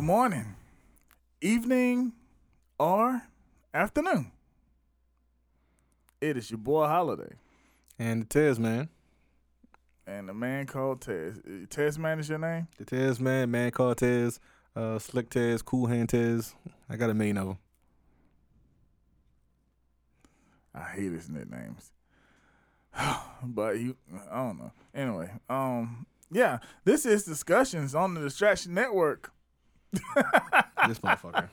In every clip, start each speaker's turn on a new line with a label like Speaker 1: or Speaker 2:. Speaker 1: morning, evening, or afternoon. It is your boy Holiday
Speaker 2: And the Tez man.
Speaker 1: and the man called Tez. Uh, Tez man is your name?
Speaker 2: The Tez man, man called Tez, uh, Slick Tez, Cool Hand Tez. I got a million of them.
Speaker 1: I hate his nicknames. but you, I don't know. Anyway, um, yeah, this is discussions on the Distraction Network.
Speaker 2: This motherfucker.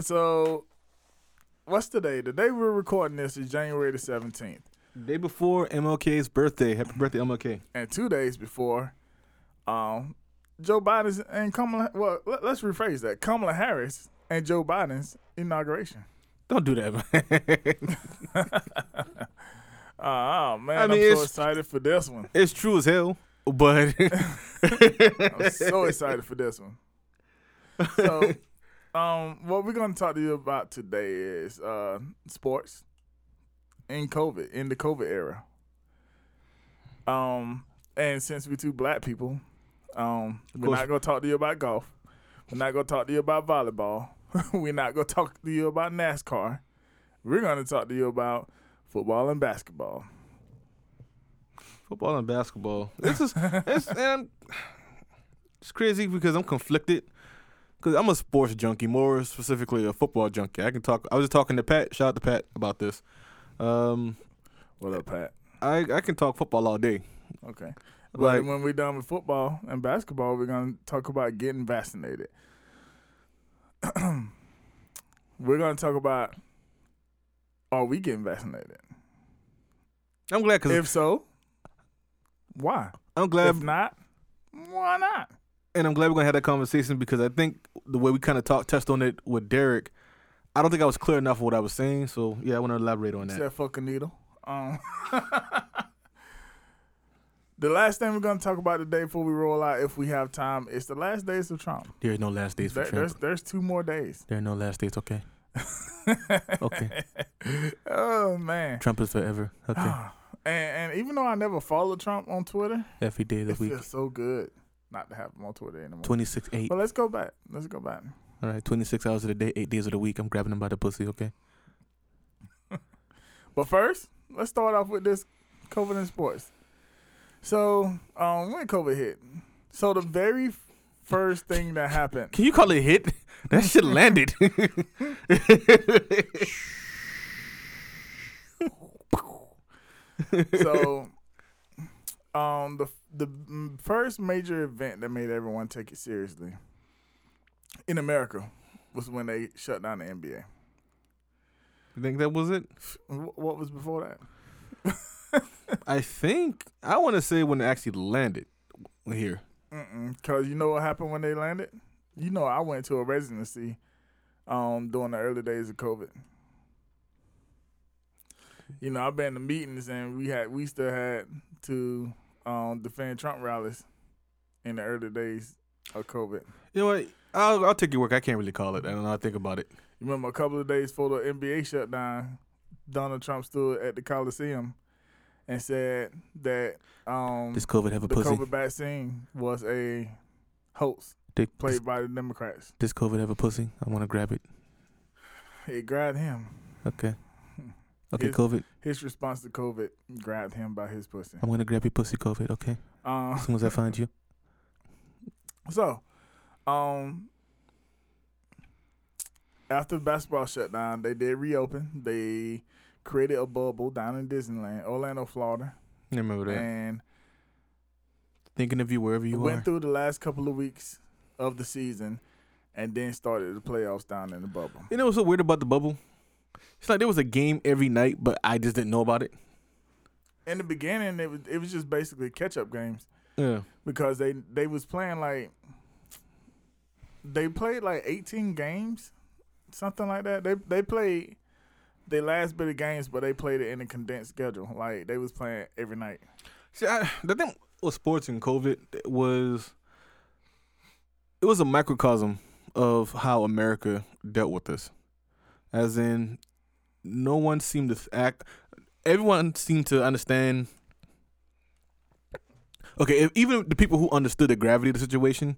Speaker 1: So, what's today? The day we're recording this is January the seventeenth.
Speaker 2: Day before MLK's birthday. Happy birthday, MLK.
Speaker 1: and two days before, um, Joe Biden's and Kamala. Well, let, us rephrase that: Kamala Harris and Joe Biden's inauguration.
Speaker 2: Don't do that, man.
Speaker 1: Oh, oh man,
Speaker 2: I
Speaker 1: I
Speaker 2: mean,
Speaker 1: am so
Speaker 2: it's-
Speaker 1: excited for this one.
Speaker 2: it's true as hell, but
Speaker 1: I'm so excited for this one. So, um, what we're gonna talk to you about today is uh, sports in COVID in the COVID era. Um, and since we're two black people, um, we're
Speaker 2: course.
Speaker 1: not gonna talk to you about golf. We're not gonna talk to you about volleyball. we're not gonna talk to you about NASCAR. We're gonna talk to you about football and basketball.
Speaker 2: football and basketball. This is it's, and it's crazy because I'm conflicted. Cause I'm a sports junkie, more specifically a football junkie. I can talk. I was just talking to Pat. Shout out to Pat about this. Um,
Speaker 1: What up, Pat?
Speaker 2: I I can talk football all day.
Speaker 1: Okay.
Speaker 2: Like-
Speaker 1: but when we're done with football and basketball, we're gonna talk about getting vaccinated. we're gonna talk about are we getting vaccinated?
Speaker 2: I'm glad because
Speaker 1: If so, why?
Speaker 2: I'm
Speaker 1: If
Speaker 2: glad
Speaker 1: not, why not?
Speaker 2: and I'm glad we're gonna have that conversation because I think the way we kind of talked touched on it with Derek, I don't think I was clear enough of what I was saying. So yeah, I want to elaborate on that.
Speaker 1: Said fucking needle. Um, the last thing we're gonna talk about today before we roll out, if we have time, is the last days of Trump.
Speaker 2: There is no last days for
Speaker 1: There- there's
Speaker 2: Trump.
Speaker 1: there's two more days.
Speaker 2: There are no last days. Okay. okay.
Speaker 1: Oh man.
Speaker 2: Trump is forever. Okay.
Speaker 1: Ah. And, and even though I never followed Trump on Twitter,
Speaker 2: Every day of the
Speaker 1: it
Speaker 2: week.
Speaker 1: feels so good not to have him on Twitter anymore.
Speaker 2: 26 8.
Speaker 1: But let's go back. Let's go back.
Speaker 2: All right, 26 hours of the day, 8 days of the week. I'm grabbing him by the pussy, okay?
Speaker 1: But first, let's start off with this COVID in sports. So, um, when COVID hit, so the very f- first thing that happened,
Speaker 2: Can you call it a hit? That shit landed.
Speaker 1: so, um, the the mm, first major event that made everyone take it seriously in America was when they shut down the NBA.
Speaker 2: you think that was it?
Speaker 1: Wh- What was before that?
Speaker 2: I think, I want to say when it actually landed here.
Speaker 1: Mm-mm, Cause you know what happened when they landed? You know I went to a residency um during the early days of COVID. You know, I've been to meetings and we had we still had to um defend Trump rallies in the early days of COVID.
Speaker 2: You know what? I'll, I'll take your work. I can't really call it. I don't know. I think about it.
Speaker 1: You remember a couple of days before the NBA shutdown, Donald Trump stood at the Coliseum and said that um
Speaker 2: Does COVID have a
Speaker 1: the
Speaker 2: pussy?
Speaker 1: COVID vaccine was a hoax
Speaker 2: Dick, does,
Speaker 1: played by the Democrats.
Speaker 2: does COVID have a pussy? I want to grab it.
Speaker 1: It grabbed him.
Speaker 2: Okay. Okay,
Speaker 1: His-
Speaker 2: COVID.
Speaker 1: His response to COVID grabbed him by his pussy.
Speaker 2: I'm going to grab your pussy, COVID, okay?
Speaker 1: Um,
Speaker 2: As soon as I find you.
Speaker 1: so, um, after the basketball shutdown, they did reopen. They created a bubble down in Disneyland, Orlando, Florida,
Speaker 2: I remember that.
Speaker 1: and
Speaker 2: Thinking of you wherever you
Speaker 1: went
Speaker 2: are.
Speaker 1: through the last couple of weeks of the season, and then started the playoffs down in the bubble.
Speaker 2: You know what's so weird about the bubble? It's like there was a game every night, but I just didn't know about it.
Speaker 1: In the beginning, it was it was just basically catch up games.
Speaker 2: Yeah.
Speaker 1: because they they was playing like they played like 18 games, something like that. They they played they last bit of games, but they played it in a condensed schedule. Like they was playing every night.
Speaker 2: See, I, the thing with sports and COVID was it was a microcosm of how America dealt with this. As in, no one seemed to act. Everyone seemed to understand. Okay, if, even the people who understood the gravity of the situation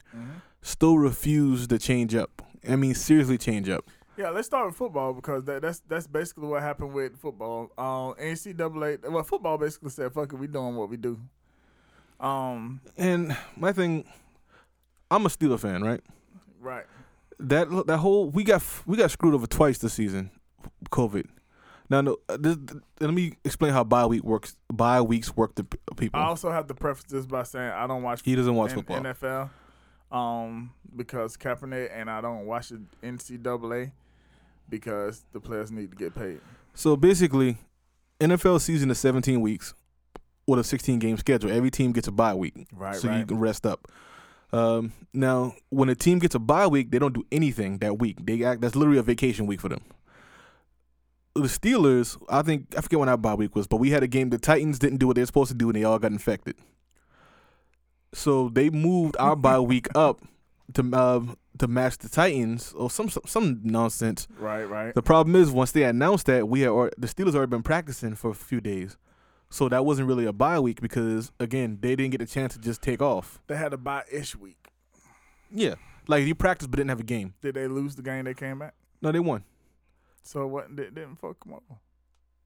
Speaker 2: still refuse to change up. I mean, seriously, change up.
Speaker 1: Yeah, let's start with football because that, that's that's basically what happened with football. Um, NCAA, well, football basically said, "Fuck it, we doing what we do." Um,
Speaker 2: And my thing, I'm a Steeler fan, right?
Speaker 1: right.
Speaker 2: That that whole we got we got screwed over twice this season, COVID. Now, no, uh, this, let me explain how bye week works. Bye weeks work to p- people.
Speaker 1: I also have to preface this by saying I don't watch
Speaker 2: he doesn't watch
Speaker 1: N-
Speaker 2: football.
Speaker 1: NFL, um, because Kaepernick and I don't watch the NCAA because the players need to get paid.
Speaker 2: So basically, NFL season is 17 weeks with a 16 game schedule. Every team gets a bye week,
Speaker 1: Right,
Speaker 2: so you can rest up. Um, now, when a team gets a bye week, they don't do anything that week. They act that's literally a vacation week for them. The Steelers, I think I forget when our bye week was, but we had a game. The Titans didn't do what they were supposed to do, and they all got infected. So they moved our bye week up to uh, to match the Titans or some some, some nonsense.
Speaker 1: right, right.
Speaker 2: The problem is once they announced that we had or the Steelers already been practicing for a few days, so that wasn't really a bye week because again they didn't get a chance to just take off.
Speaker 1: They had a bye ish week.
Speaker 2: Yeah, like you practiced but didn't have a game.
Speaker 1: Did they lose the game they came back?
Speaker 2: No, they won.
Speaker 1: So it wasn't it didn't fuck them up.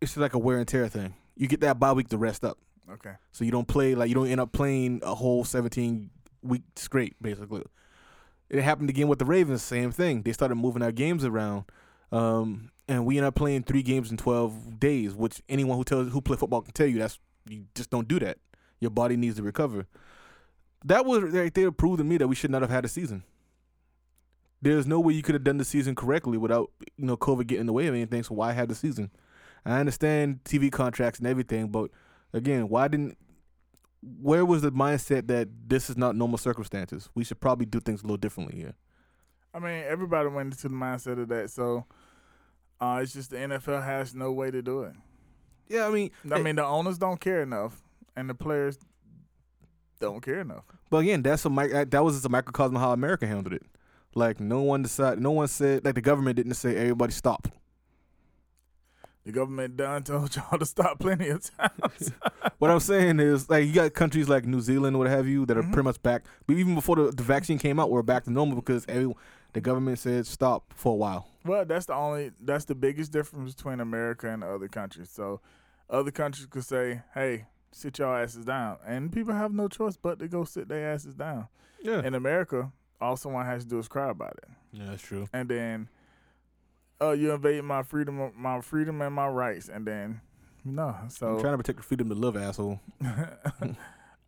Speaker 2: It's just like a wear and tear thing. You get that bye week to rest up,
Speaker 1: Okay.
Speaker 2: so you don't play like you don't end up playing a whole seventeen week straight. Basically, it happened again with the Ravens. Same thing. They started moving our games around. Um, and we end up playing three games in twelve days, which anyone who tells who play football can tell you that's you just don't do that. Your body needs to recover. That was right there proved to me that we should not have had a season. There's no way you could have done the season correctly without you know COVID getting in the way of anything. So why have the season? I understand TV contracts and everything, but again, why didn't? Where was the mindset that this is not normal circumstances? We should probably do things a little differently here.
Speaker 1: I mean, everybody went into the mindset of that, so uh, it's just the NFL has no way to do it.
Speaker 2: Yeah, I mean, eh,
Speaker 1: I mean, the owners don't care enough, and the players don't care enough.
Speaker 2: But again, that's a mic- that was just a microcosm of how America handled it. Like no one decided, no one said, like the government didn't say everybody stop.
Speaker 1: The government done told y'all to stop plenty of times.
Speaker 2: What I'm saying is, like you got countries like New Zealand, what have you, that are
Speaker 1: Mhm.
Speaker 2: pretty much back. But even before the, the vaccine came out, we're back to normal because every the government said stop for a while.
Speaker 1: well, that's the only that's the biggest difference between America and other countries. So, other countries could say, "Hey, sit y'all asses down," and people have no choice but to go sit their asses down.
Speaker 2: Yeah,
Speaker 1: In America, all someone has to do is cry about it.
Speaker 2: yeah, that's true.
Speaker 1: and then oh you invade my freedom my freedom and my rights and then no
Speaker 2: I'm
Speaker 1: so
Speaker 2: trying to protect the freedom to love, asshole.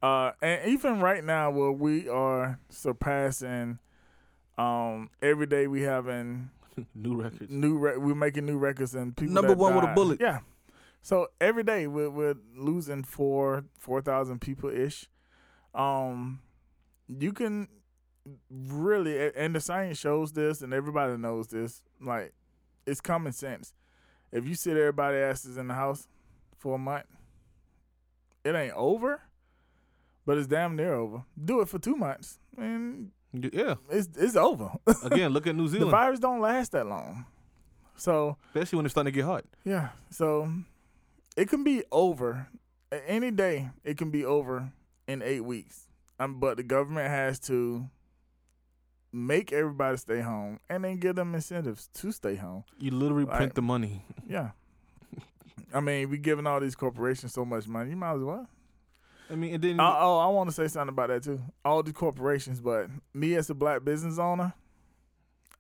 Speaker 1: uh and even right now where we are surpassing um every day we having
Speaker 2: New records.
Speaker 1: new re- we're making new records and people
Speaker 2: Number
Speaker 1: that
Speaker 2: one with a
Speaker 1: died.
Speaker 2: bullet.
Speaker 1: yeah so every day we're, we're losing four four thousand people ish um you can really a- and the science shows this and everybody knows this like it's common sense if you sit everybody asses in the house for a month it ain't over but it's damn near over do it for two months and
Speaker 2: Yeah.
Speaker 1: it's it's over
Speaker 2: Again, look at New
Speaker 1: the
Speaker 2: Zealand,
Speaker 1: virus don't last that long so
Speaker 2: especially when it's starting to get hot.
Speaker 1: yeah. So it can be over A- any day. It can be over in eight weeks. Um, but the government has to make everybody stay home and then give them incentives to stay home.
Speaker 2: You literally
Speaker 1: Right.
Speaker 2: print the money.
Speaker 1: Yeah. I mean, we giving all these corporations so much money. You might as well.
Speaker 2: I mean, and then
Speaker 1: Uh, oh, I want to say something about that too. All the corporations, but me as a black business owner,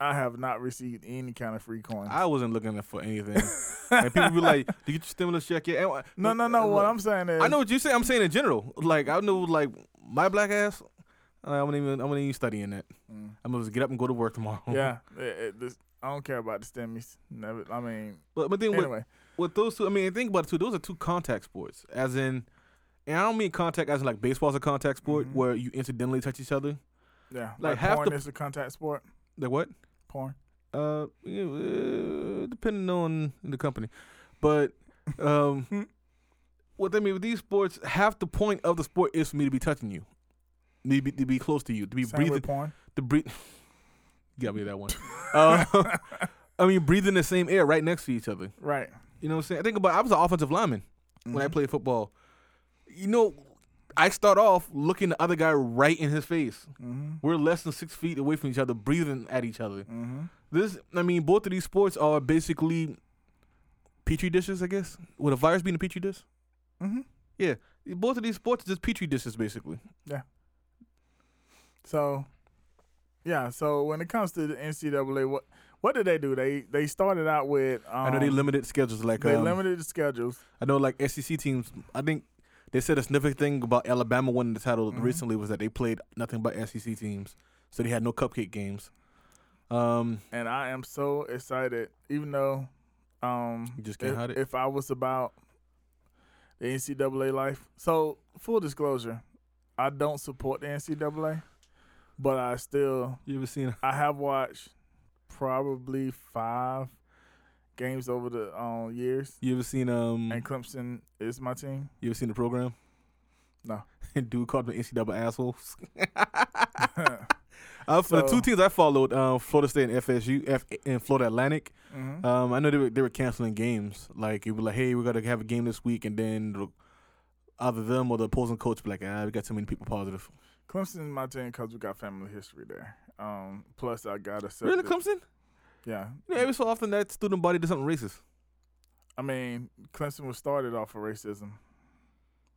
Speaker 1: I have not received any kind of free coins.
Speaker 2: I wasn't looking for anything. and people be like, "Did you get your stimulus check yet?" And I-
Speaker 1: no, no, no.
Speaker 2: look,
Speaker 1: What I'm saying is,
Speaker 2: I know what you say. I'm saying in general. Like I know, like my black ass. uh, I don't even. I'm not even studying that.
Speaker 1: Mm.
Speaker 2: I'm gonna just get up and go to work tomorrow.
Speaker 1: yeah, it, it, this, I don't care about the stimmies. Never. I mean,
Speaker 2: But but then with,
Speaker 1: anyway,
Speaker 2: with those two, I mean, think about it too. Those are two contact sports. As in, and I don't mean contact as in like baseball's a contact sport
Speaker 1: Mhm.
Speaker 2: where you incidentally touch each other.
Speaker 1: yeah. Like,
Speaker 2: like, half
Speaker 1: porn
Speaker 2: the-
Speaker 1: is a contact sport.
Speaker 2: Like what?
Speaker 1: Porn.
Speaker 2: Uh, yeah, uh, depending on the company, but um, what I mean with these sports, half the point of the sport is for me to be touching you, me to be, to be close to you, to be
Speaker 1: Same
Speaker 2: breathing,
Speaker 1: with porn.
Speaker 2: to breathe. you got me that one. uh, I mean, breathing the same air right next to each other.
Speaker 1: Right. Mm-hmm.
Speaker 2: You know what I'm saying? I think about I was an offensive lineman when I
Speaker 1: Mhm.
Speaker 2: played football. You know, I start off looking the other guy right in his face.
Speaker 1: Mm-hmm.
Speaker 2: We're less than six feet away from each other, breathing at each other.
Speaker 1: Mm-hmm.
Speaker 2: This, I mean, both of these sports are basically petri dishes, I guess. Would a virus be in a petri dish?
Speaker 1: Mm-hmm.
Speaker 2: Both of these sports are just petri dishes, basically.
Speaker 1: So, yeah. So when it comes to the NCAA, what what did they do? They they started out with. Um,
Speaker 2: I know they limited schedules, like
Speaker 1: they
Speaker 2: um,
Speaker 1: limited the schedules.
Speaker 2: I know, like SEC teams. I think they said a sniffing thing about Alabama winning the title
Speaker 1: Mhm.
Speaker 2: recently was that they played nothing but SEC teams, so they had no cupcake games. Um,
Speaker 1: and I am so excited. Even though, um,
Speaker 2: You just can't
Speaker 1: if,
Speaker 2: hide it.
Speaker 1: if I was about the NCAA life, so full disclosure, I don't support the NCAA, but I still
Speaker 2: you ever seen?
Speaker 1: I have watched probably five games over the um, years,
Speaker 2: You ever seen? Um,
Speaker 1: and Clemson is my team.
Speaker 2: you ever seen the program?
Speaker 1: No.
Speaker 2: Dude called the NCAA assholes.
Speaker 1: Mm-hmm.
Speaker 2: Uh, for the
Speaker 1: So-
Speaker 2: two teams I followed, um, Florida State and FSU, F- and Florida Atlantic.
Speaker 1: Mhm.
Speaker 2: Um, I know they were, they were canceling games. Like it was like, hey, we gotta have a game this week, and then the- either them or the opposing coach be like, ah, we got too many people positive.
Speaker 1: Clemson is my team because we got family history there. Um, plus, I got a
Speaker 2: Really, Clemson?
Speaker 1: Yeah,
Speaker 2: You know, every so often that student body did something racist.
Speaker 1: I mean, Clemson was started off of racism.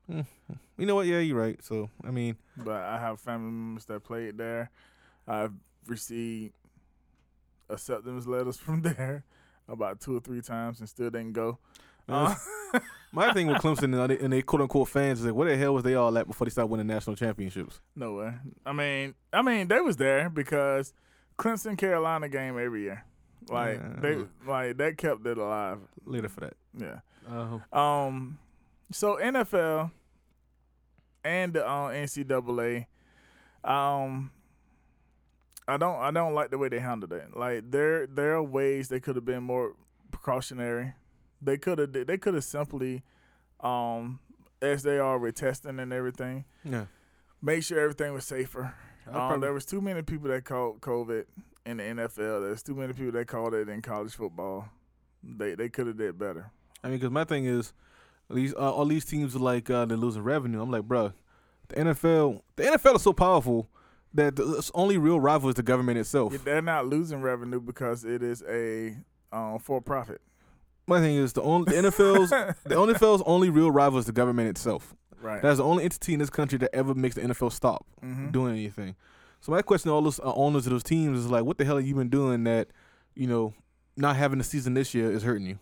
Speaker 2: You know what? Yeah, you're right. So I mean,
Speaker 1: but I have family members that played there. I've received acceptance letters from there about two or three times and still didn't go. Uh,
Speaker 2: my thing with Clemson and they, and they quote unquote fans is like, where the hell was they all at before they started winning national championships?
Speaker 1: no way. I mean, I mean, they was there because Clemson Carolina game every year. Like
Speaker 2: Yeah.
Speaker 1: they, like that kept it alive.
Speaker 2: Later for that.
Speaker 1: Yeah.
Speaker 2: Uh,
Speaker 1: Um, so NFL and the uh, NCAA, um, I don't I don't like the way they handled it. Like there there are ways they could have been more precautionary. They could have they could have simply, um, as they are with testing and everything,
Speaker 2: yeah.
Speaker 1: make sure everything was safer.
Speaker 2: I
Speaker 1: Um,
Speaker 2: probably-
Speaker 1: there was too many people that called COVID in the NFL. There's too many people that called it in college football. They they could have did better.
Speaker 2: I mean, because my thing is, these uh, all these teams are like uh, they're losing revenue. I'm like, bruh, the NFL, the NFL is so powerful that the its only real rival is the government itself.
Speaker 1: Yeah, they're not losing revenue because it is a um, for profit.
Speaker 2: My thing is the only the NFL's the NFL's only real rival is the government itself.
Speaker 1: Right.
Speaker 2: That's the only entity in this country that ever makes the NFL stop
Speaker 1: Mhm.
Speaker 2: doing anything. So my question to all those uh, owners of those teams is like, what the hell have you been doing that, you know, not having a season this year is hurting you?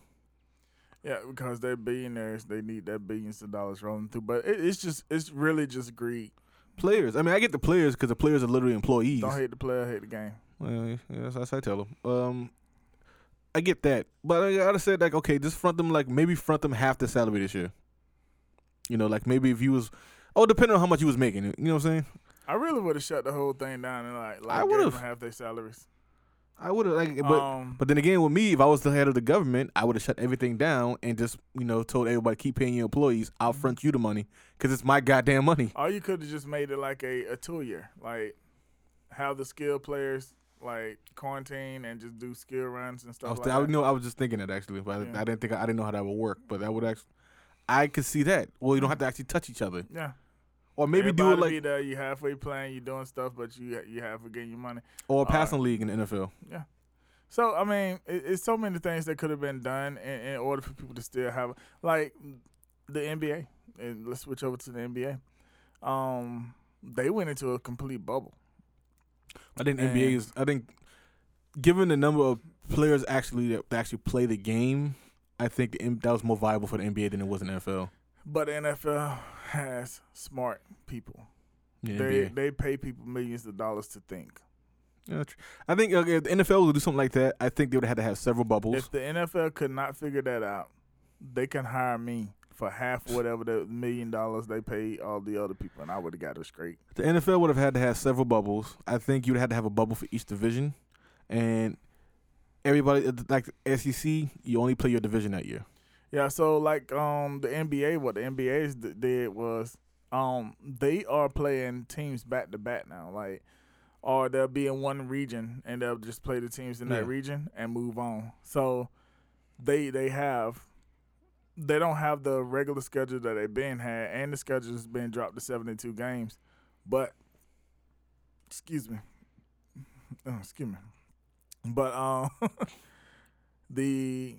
Speaker 1: yeah, because they're billionaires. They need that billions of dollars rolling through. But it, it's just, it's really just greed.
Speaker 2: Players. I mean, I get the players because the players are literally employees.
Speaker 1: Don't hate the player, hate the game.
Speaker 2: Well, yeah, that's, that's how I tell them. Um, I get that, but I gotta say, like, okay, just front them, like, maybe front them half the salary this year. You know, like maybe if you was, oh, depending on how much you was making, you know what I'm saying?
Speaker 1: I really would have shut the whole thing down and like, like
Speaker 2: I
Speaker 1: I would
Speaker 2: would've.
Speaker 1: have half their salaries.
Speaker 2: I would have, like, but
Speaker 1: um,
Speaker 2: but then again, with me, if I was the head of the government, I would have shut everything down and just, you know, told everybody keep paying your employees. I'll
Speaker 1: Mm-hmm.
Speaker 2: front you the money because it's my goddamn money.
Speaker 1: or you could have just made it like a, a two year, like have the skill players like quarantine and just do skill runs and
Speaker 2: I
Speaker 1: stuff
Speaker 2: was,
Speaker 1: like
Speaker 2: Oh, I
Speaker 1: that.
Speaker 2: know, I was just thinking that actually, but I,
Speaker 1: Yeah.
Speaker 2: I didn't think I, didn't know how that would work, but that would actually, I could see that. Well, you don't have to actually touch each other,
Speaker 1: yeah,
Speaker 2: or maybe do it
Speaker 1: Mm-hmm. Everybody
Speaker 2: like
Speaker 1: be there. You halfway playing, you doing stuff, but you you half getting your money.
Speaker 2: Or a
Speaker 1: All
Speaker 2: passing league in the NFL.
Speaker 1: So I mean, it, it's so many things that could have been done in, in order for people to still have like the NBA. And let's switch over to the NBA. Um, they went into a complete bubble.
Speaker 2: I think
Speaker 1: And-
Speaker 2: NBA is. I think given the number of players actually that, that actually play the game, I think the, M- that was more viable for the NBA than it was in the NFL.
Speaker 1: But the NFL has smart people.
Speaker 2: Yeah,
Speaker 1: They
Speaker 2: NBA.
Speaker 1: they pay people millions of dollars to think.
Speaker 2: Yeah, tr- I think uh, if the NFL would do something like that, I think they would have had to have several bubbles.
Speaker 1: If the NFL could not figure that out, they can hire me for half whatever the million dollars they paid all the other people, and I would have got it straight.
Speaker 2: the NFL would have had to have several bubbles. I think you'd have to have a bubble for each division, and everybody uh, like the SEC, you only play your division that year.
Speaker 1: Yeah, so like um the NBA, what the NBA's d- did was um they are playing teams back to back now, like or they'll be in one region and they'll just play the teams in
Speaker 2: Yeah.
Speaker 1: that region and move on. So they they have they don't have the regular schedule that they've been had, and the schedule's been dropped to seventy two games. But excuse me, oh, excuse me, but um, the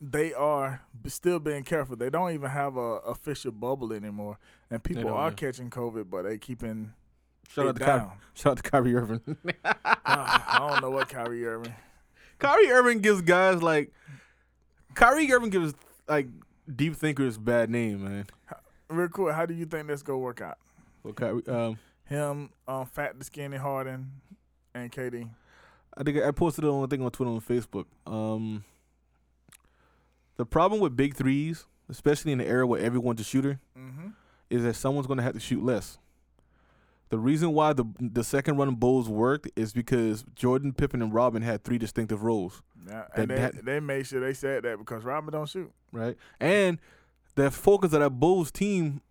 Speaker 1: they are b- still being careful. They don't even have a official bubble anymore, and people
Speaker 2: don't,
Speaker 1: are
Speaker 2: yeah.
Speaker 1: catching COVID, but they keeping
Speaker 2: Shout
Speaker 1: it
Speaker 2: out to
Speaker 1: down.
Speaker 2: Kyrie, shout out to Kyrie Irving.
Speaker 1: Ah, I don't know what Kyrie Irving.
Speaker 2: Kyrie Irving gives guys like Kyrie Irving gives like deep thinkers bad name, man.
Speaker 1: Real quick, how do you think this gonna work out?
Speaker 2: Well, Kyrie, um,
Speaker 1: Him, um, fat the skinny Harden, and KD.
Speaker 2: I think I posted it on I think on Twitter and Facebook. Um, the problem with big threes, especially in the era where everyone's a shooter,
Speaker 1: Mm-hmm.
Speaker 2: is that someone's going to have to shoot less. The reason why the the second run Bulls worked is because Jordan, Pippen, and Robin had three distinctive roles,
Speaker 1: Yeah, and
Speaker 2: That-
Speaker 1: they,
Speaker 2: that-
Speaker 1: they made sure they said that because Robin don't shoot.
Speaker 2: right? And the focus of that Bulls team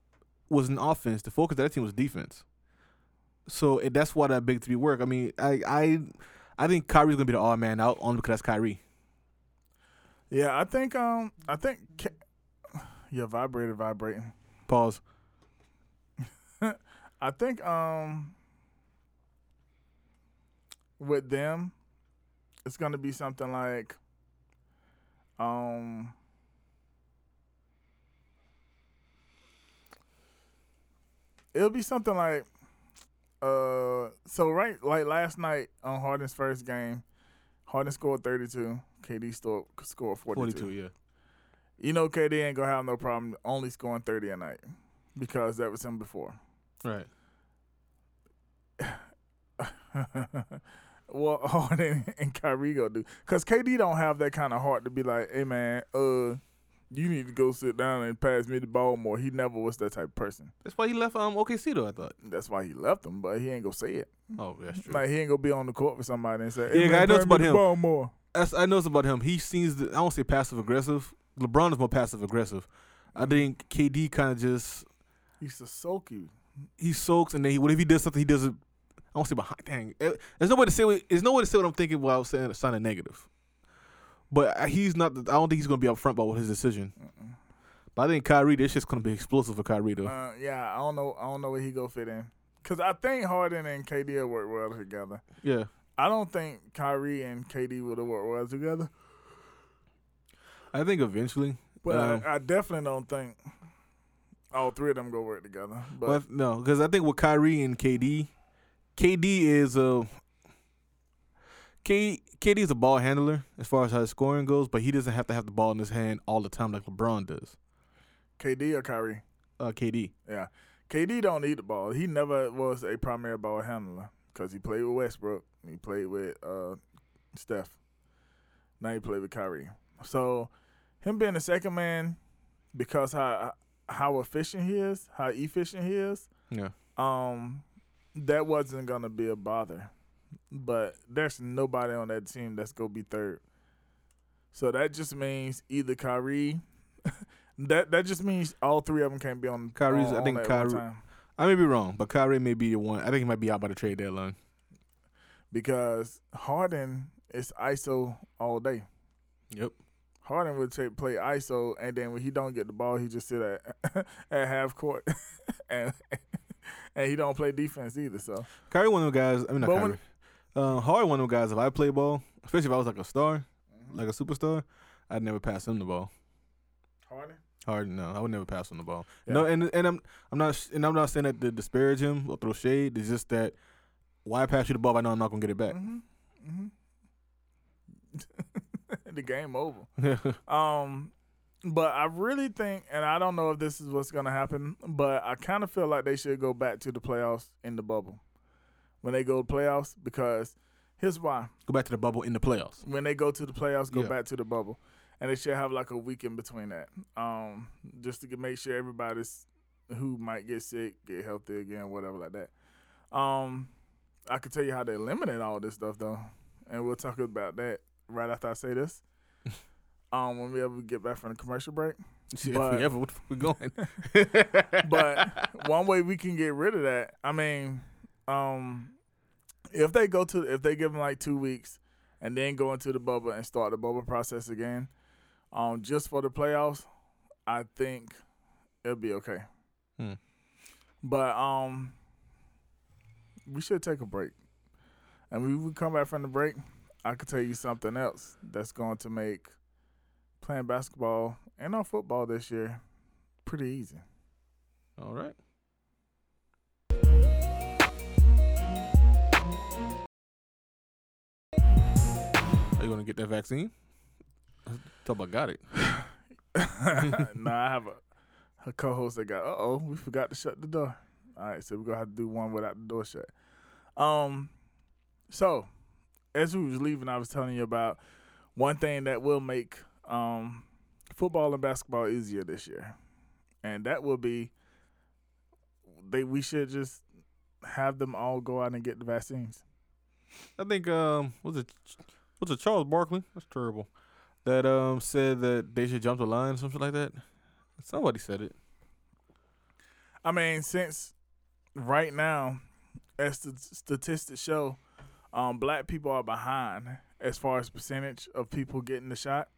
Speaker 2: was an offense. The focus of that team was defense. So it, that's why that big three worked. I mean, I I I think Kyrie's gonna be the odd man out only because that's Kyrie.
Speaker 1: Yeah, I think um, I think Ka- your vibrator vibrating.
Speaker 2: Pause.
Speaker 1: I think um, with them, it's gonna be something like um. It'll be something like, uh, so right like last night on Harden's first game, Harden scored thirty two, KD scored scored forty
Speaker 2: Forty
Speaker 1: two.
Speaker 2: two. Yeah.
Speaker 1: You know KD ain't gonna have no problem only scoring thirty a night because that was him before.
Speaker 2: Right.
Speaker 1: well, Harden and Kyrie go do because KD don't have that kind of heart to be like, hey man, uh, you need to go sit down and pass me the ball more. He never was that type of person.
Speaker 2: That's why he left um OKC though. I thought.
Speaker 1: That's why he left him, but he ain't gonna say it.
Speaker 2: Oh, that's true.
Speaker 1: Like he ain't gonna be on the court for somebody and say, hey,
Speaker 2: Yeah,
Speaker 1: man,
Speaker 2: I know
Speaker 1: pass
Speaker 2: it's
Speaker 1: me
Speaker 2: about
Speaker 1: the
Speaker 2: him.
Speaker 1: ball more.
Speaker 2: That's, I noticed about him. He seems the, I don't say passive aggressive. LeBron is more passive aggressive. I think KD kind of just
Speaker 1: He used to soak you.
Speaker 2: he soaks and then he, what if he does something he doesn't. I don't say behind. Dang, Eh, there's no way to say. What, there's no way to say what I'm thinking while saying sounding negative. But I- he's not. the- I don't think he's going to be upfront about what his decision.
Speaker 1: Mm-mm.
Speaker 2: But I think Kyrie, this shit's going to be explosive for Kyrie though.
Speaker 1: Uh, yeah, I don't know. I don't know where he go fit in because I think Harden and KD will work well together.
Speaker 2: yeah,
Speaker 1: I don't think Kyrie and KD would have worked well together.
Speaker 2: I think eventually.
Speaker 1: But
Speaker 2: Um,
Speaker 1: I, I definitely don't think all three of them go work together. But
Speaker 2: But, no, because I think with Kyrie and KD, KD is a K KD is a ball handler as far as how his scoring goes, but he doesn't have to have the ball in his hand all the time like LeBron does.
Speaker 1: KD or Kyrie,
Speaker 2: Uh, KD,
Speaker 1: yeah, KD don't need the ball. He never was a primary ball handler because he played with Westbrook. And he played with uh, Steph. Now he played with Kyrie. So him being the second man, because how how efficient he is, how efficient he is,
Speaker 2: yeah,
Speaker 1: um, that wasn't gonna be a bother. But there's nobody on that team that's gonna be third. So that just means either Kyrie. that that just means all three of them can't be on.
Speaker 2: Kyrie's-
Speaker 1: on-
Speaker 2: I
Speaker 1: on
Speaker 2: think
Speaker 1: at one
Speaker 2: Kyrie-
Speaker 1: time.
Speaker 2: I may be wrong, but Kyrie may be the one. I think he might be out by the trade deadline.
Speaker 1: because Harden is ISO all day.
Speaker 2: Yep.
Speaker 1: Harden would take play ISO, and then when he don't get the ball, he just sit at at half court, and and he don't play defense either. So
Speaker 2: Kyrie, one of them guys. I mean, not
Speaker 1: But
Speaker 2: Kyrie.
Speaker 1: when-
Speaker 2: Uh, Harden, one of them guys. If I play ball, especially if I was like a star,
Speaker 1: Mm-hmm.
Speaker 2: like a superstar, I'd never pass him the ball.
Speaker 1: Harden,
Speaker 2: Harden, no, I would never pass on the ball.
Speaker 1: Yeah.
Speaker 2: No, and and I'm I'm not sh- and I'm not saying that to disparage him or throw shade. It's just that why pass you the ball? if I know I'm not gonna get it back.
Speaker 1: hmm hmm Mm-hmm. the game over.
Speaker 2: yeah,
Speaker 1: Um, but I really think, and I don't know if this is what's going to happen, but I kind of feel like they should go back to the playoffs in the bubble when they go to playoffs because here's why:
Speaker 2: go back to the bubble in the playoffs.
Speaker 1: when they go to the playoffs, go
Speaker 2: Yeah.
Speaker 1: back to the bubble, and they should have like a week in between that, um, just to get- make sure everybody's who might get sick get healthy again, whatever like that. Um, I could tell you how they eliminate all this stuff though, and we'll talk about that right after I say this. Um, when we ever get back from the commercial break.
Speaker 2: See, if
Speaker 1: But-
Speaker 2: we ever, what the fuck we going?
Speaker 1: but one way we can get rid of that, I mean, um, if they go to if they give them like two weeks and then go into the bubble and start the bubble process again, um, just for the playoffs, I think it'll be okay.
Speaker 2: Hmm.
Speaker 1: But um, we should take a break, and when we come back from the break, I could tell you something else that's going to make playing basketball and our football this year pretty easy.
Speaker 2: All right. Are you gonna get that vaccine? Talk about got it.
Speaker 1: nah, I have a, a co-host that got. Uh oh, we forgot to shut the door. All right, so we're gonna have to do one without the door shut. Um, so as we was leaving, I was telling you about one thing that will make um football and basketball easier this year, and that will be they we should just have them all go out and get the vaccines.
Speaker 2: I think um was it was it Charles Barkley? That's terrible. That um said that they should jump the line or something like that. Somebody said it.
Speaker 1: I mean, since right now, as the statistics show, um, black people are behind as far as percentage of people getting the shot.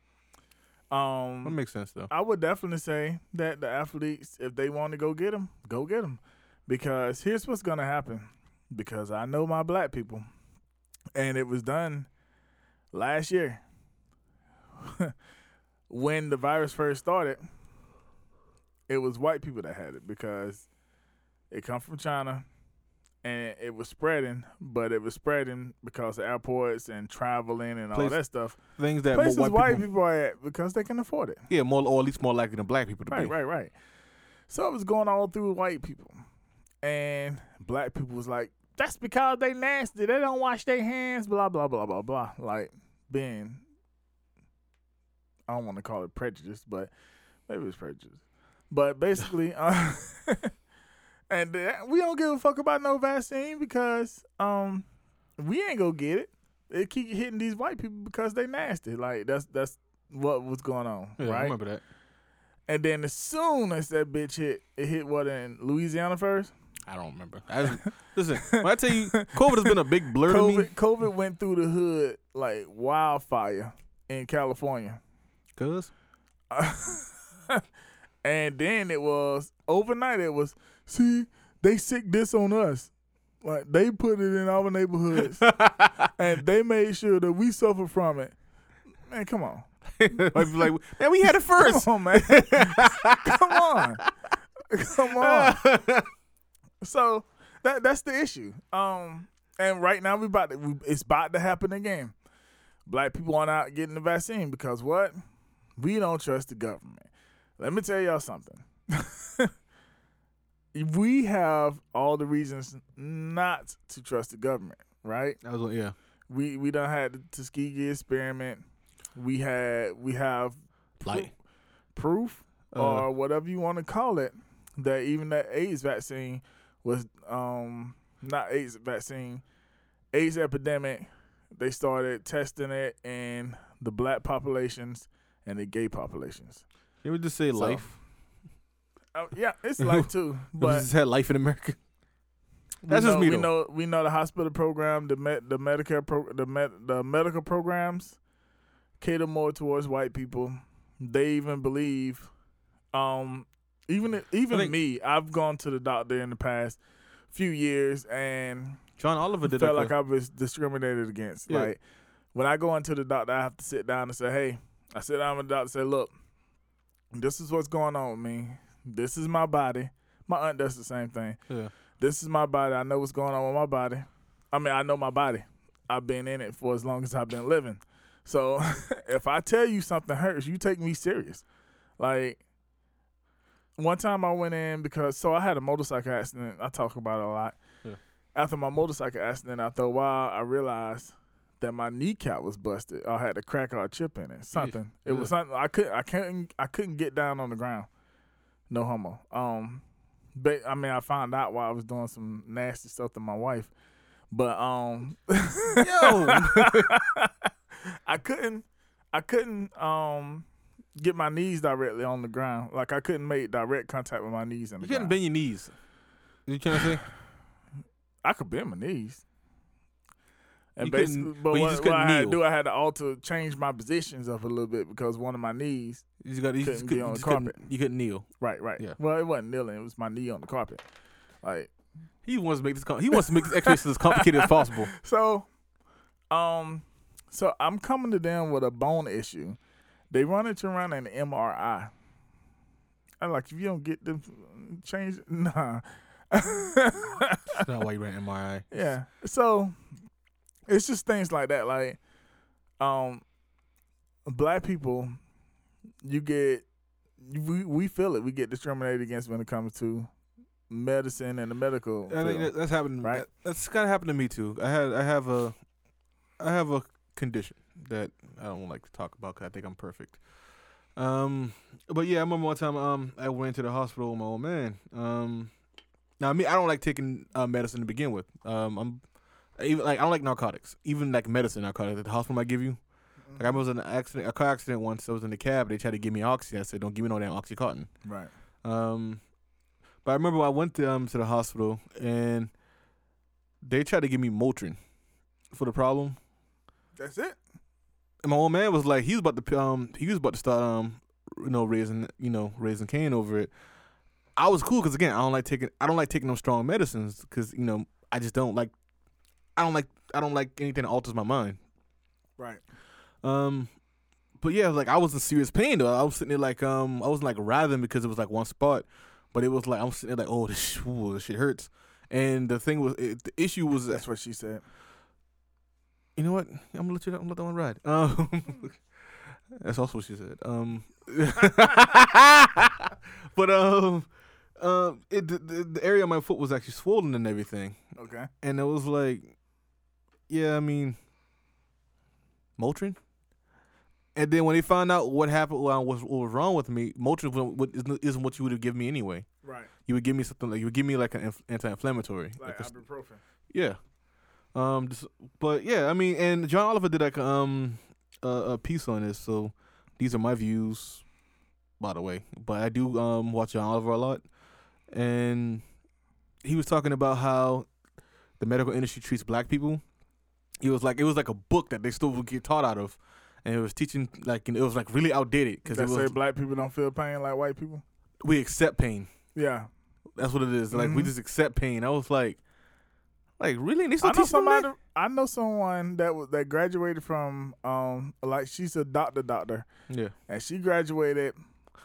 Speaker 2: That
Speaker 1: Um,
Speaker 2: makes sense though.
Speaker 1: I would definitely say that the athletes, if they want to go get them, go get them, because here's what's gonna happen. Because I know my black people, and it was done last year when the virus first started. It was white people that had it because it come from China, and it was spreading, but it was spreading because of airports and traveling and all
Speaker 2: Place-
Speaker 1: that stuff.
Speaker 2: Things that
Speaker 1: Places
Speaker 2: more
Speaker 1: white,
Speaker 2: white people,
Speaker 1: people, are at because they can afford it.
Speaker 2: yeah, more or at least more likely than black people to
Speaker 1: Right,
Speaker 2: be.
Speaker 1: right, right. So it was going all through white people. And black people was like, that's because they nasty. They don't wash their hands, blah, blah, blah, blah, blah. Like being, I don't want to call it prejudice, but maybe it's prejudice. But basically, uh, and that, we don't give a fuck about no vaccine because um, we ain't gonna get it. It keep hitting these white people because they nasty. Like that's that's what was going on,
Speaker 2: Yeah, I
Speaker 1: right?
Speaker 2: remember that.
Speaker 1: And then as soon as that bitch hit, it hit what in Louisiana first.
Speaker 2: I don't remember. I just, listen, when I tell you, COVID has been a big blur to me.
Speaker 1: COVID, COVID went through the hood like wildfire in California,
Speaker 2: Cause
Speaker 1: and then it was overnight. It was see they sick this on us, like they put it in our neighborhoods, and they made sure that we suffer from it. Man, come on,
Speaker 2: I'd be like, man, we had it first.
Speaker 1: come on, Oh, man, come on, come on. So that that's the issue. Um, and right now we about to, we, it's about to happen again. Black people aren't out getting the vaccine because what? We don't trust the government. Let me tell y'all something. we have all the reasons not to trust the government, right?
Speaker 2: I was like, yeah.
Speaker 1: We we done had the Tuskegee experiment. We had we have
Speaker 2: Like,
Speaker 1: proof
Speaker 2: uh,
Speaker 1: or whatever you want to call it that even that AIDS vaccine was um not AIDS vaccine, AIDS epidemic. They started testing it in the black populations and the gay populations.
Speaker 2: can we just say
Speaker 1: So,
Speaker 2: life?
Speaker 1: Oh, yeah, it's like too,
Speaker 2: we
Speaker 1: but
Speaker 2: just had life in America. That's
Speaker 1: we know,
Speaker 2: just me,
Speaker 1: We
Speaker 2: though.
Speaker 1: know we know the hospital program, the med, the Medicare pro, the med, the medical programs cater more towards white people. They even believe, um, even even
Speaker 2: think-
Speaker 1: me, I've gone to the doctor in the past few years and
Speaker 2: John Oliver did that.
Speaker 1: felt like I was discriminated against.
Speaker 2: Yeah.
Speaker 1: Like when I go into the doctor, I have to sit down and say, "Hey," I sit down with the doctor and say, "Look, this is what's going on with me. This is my body." My aunt does the same thing
Speaker 2: yeah.
Speaker 1: this is my body. I know what's going on with my body. I mean, I know my body. I've been in it for as long as I've been living. So if I tell you something hurts, you take me serious. Like one time I went in because so I had a motorcycle accident. I talk about it a lot.
Speaker 2: Yeah.
Speaker 1: After my motorcycle accident, after a while, I realized that my kneecap was busted. I had a crack or a chip in it. Something. It
Speaker 2: Ugh.
Speaker 1: was something. I couldn't. I couldn't. I couldn't get down on the ground. No homo. Um, but I mean, I found out while I was doing some nasty stuff to my wife, but um,
Speaker 2: Yo.
Speaker 1: I couldn't, I couldn't um get my knees directly on the ground. Like I couldn't make direct contact with my knees and
Speaker 2: you
Speaker 1: the
Speaker 2: couldn't
Speaker 1: ground.
Speaker 2: bend your knees. You know what I'm saying?
Speaker 1: I could bend my knees. And
Speaker 2: You couldn't-
Speaker 1: basically, but
Speaker 2: well, you
Speaker 1: what,
Speaker 2: just
Speaker 1: what
Speaker 2: couldn't
Speaker 1: I had to
Speaker 2: kneel.
Speaker 1: do, I had to alter, change my positions up a little bit because one of my knees.
Speaker 2: You just got you just
Speaker 1: Couldn't be
Speaker 2: couldn't,
Speaker 1: on
Speaker 2: you
Speaker 1: the
Speaker 2: just couldn't-
Speaker 1: carpet.
Speaker 2: you couldn't kneel.
Speaker 1: Right, right.
Speaker 2: Yeah.
Speaker 1: Well, it wasn't kneeling; it was my knee on the carpet. Like
Speaker 2: He wants to make this. Com- he wants to make this exercise as complicated as possible.
Speaker 1: so, um, so I'm coming to them with a bone issue. They wanted to run an MRI. I'm like, if you don't get them change, nah.
Speaker 2: That's not why you ran MRI.
Speaker 1: Yeah. So it's just things like that. Like, um, black people, you get we we feel it. We get discriminated against when it comes to medicine and the medical.
Speaker 2: I think
Speaker 1: field.
Speaker 2: that, that's happened.
Speaker 1: Right.
Speaker 2: That, that's kind of happened to me too. I had I have a I have a condition that I don't like to talk about 'cause I think I'm perfect. Um, but yeah, I remember one time um I went to the hospital with my old man. Um, now me I don't like taking uh, medicine to begin with. Um, I'm I even like I don't like narcotics, even like medicine narcotics that the hospital might give you. Like I was in an accident, a car accident once. I was in the cab. They tried to give me oxy. I said, "Don't give me no damn oxycontin."
Speaker 1: right.
Speaker 2: Um, but I remember I went to, um, to the hospital and they tried to give me Motrin for the problem.
Speaker 1: That's it.
Speaker 2: And my old man was like, he was about to um, he was about to start um, you know, raising you know, raising Cain over it. I was cool because again, I don't like taking I don't like taking no strong medicines because you know I just don't like I don't like I don't like anything that alters my mind.
Speaker 1: Right.
Speaker 2: Um, but yeah, like I was in serious pain though. I was sitting there like um, I wasn't like writhing because it was like one spot, but it was like I was sitting there like oh this sh- ooh, this shit hurts. And the thing was, it, the issue was that
Speaker 1: That's what she said.
Speaker 2: you know what I'm gonna let you I'm gonna let that one ride. Um, that's also what she said. Um, but um, um, it the, the the area of my foot was actually swollen and everything,
Speaker 1: Okay.
Speaker 2: and it was like, yeah, I mean, Motrin. And then when they found out what happened, well, what, what was wrong with me, Motrin wa- wa- isn't- isn't what you would have given me anyway.
Speaker 1: Right.
Speaker 2: You would give me something like you would give me like an inf- anti-inflammatory, like a s-
Speaker 1: ibuprofen.
Speaker 2: yeah. Um, just- but yeah, I mean, and John Oliver did like um a, a piece on this, so these are my views, by the way. But I do um watch John Oliver a lot, and he was talking about how the medical industry treats black people. It was like it was like a book that they still would get taught out of, and it was teaching like and it was like really outdated because
Speaker 1: They
Speaker 2: it
Speaker 1: say
Speaker 2: was
Speaker 1: black people don't feel pain like white people.
Speaker 2: we accept pain.
Speaker 1: Yeah.
Speaker 2: That's what it is. Like we
Speaker 1: Mhm.
Speaker 2: just accept pain. I was like, like really? And they still
Speaker 1: I know
Speaker 2: teaching them that?
Speaker 1: somebody. I know someone that was that graduated from um like she's a doctor doctor
Speaker 2: Yeah.
Speaker 1: and she graduated.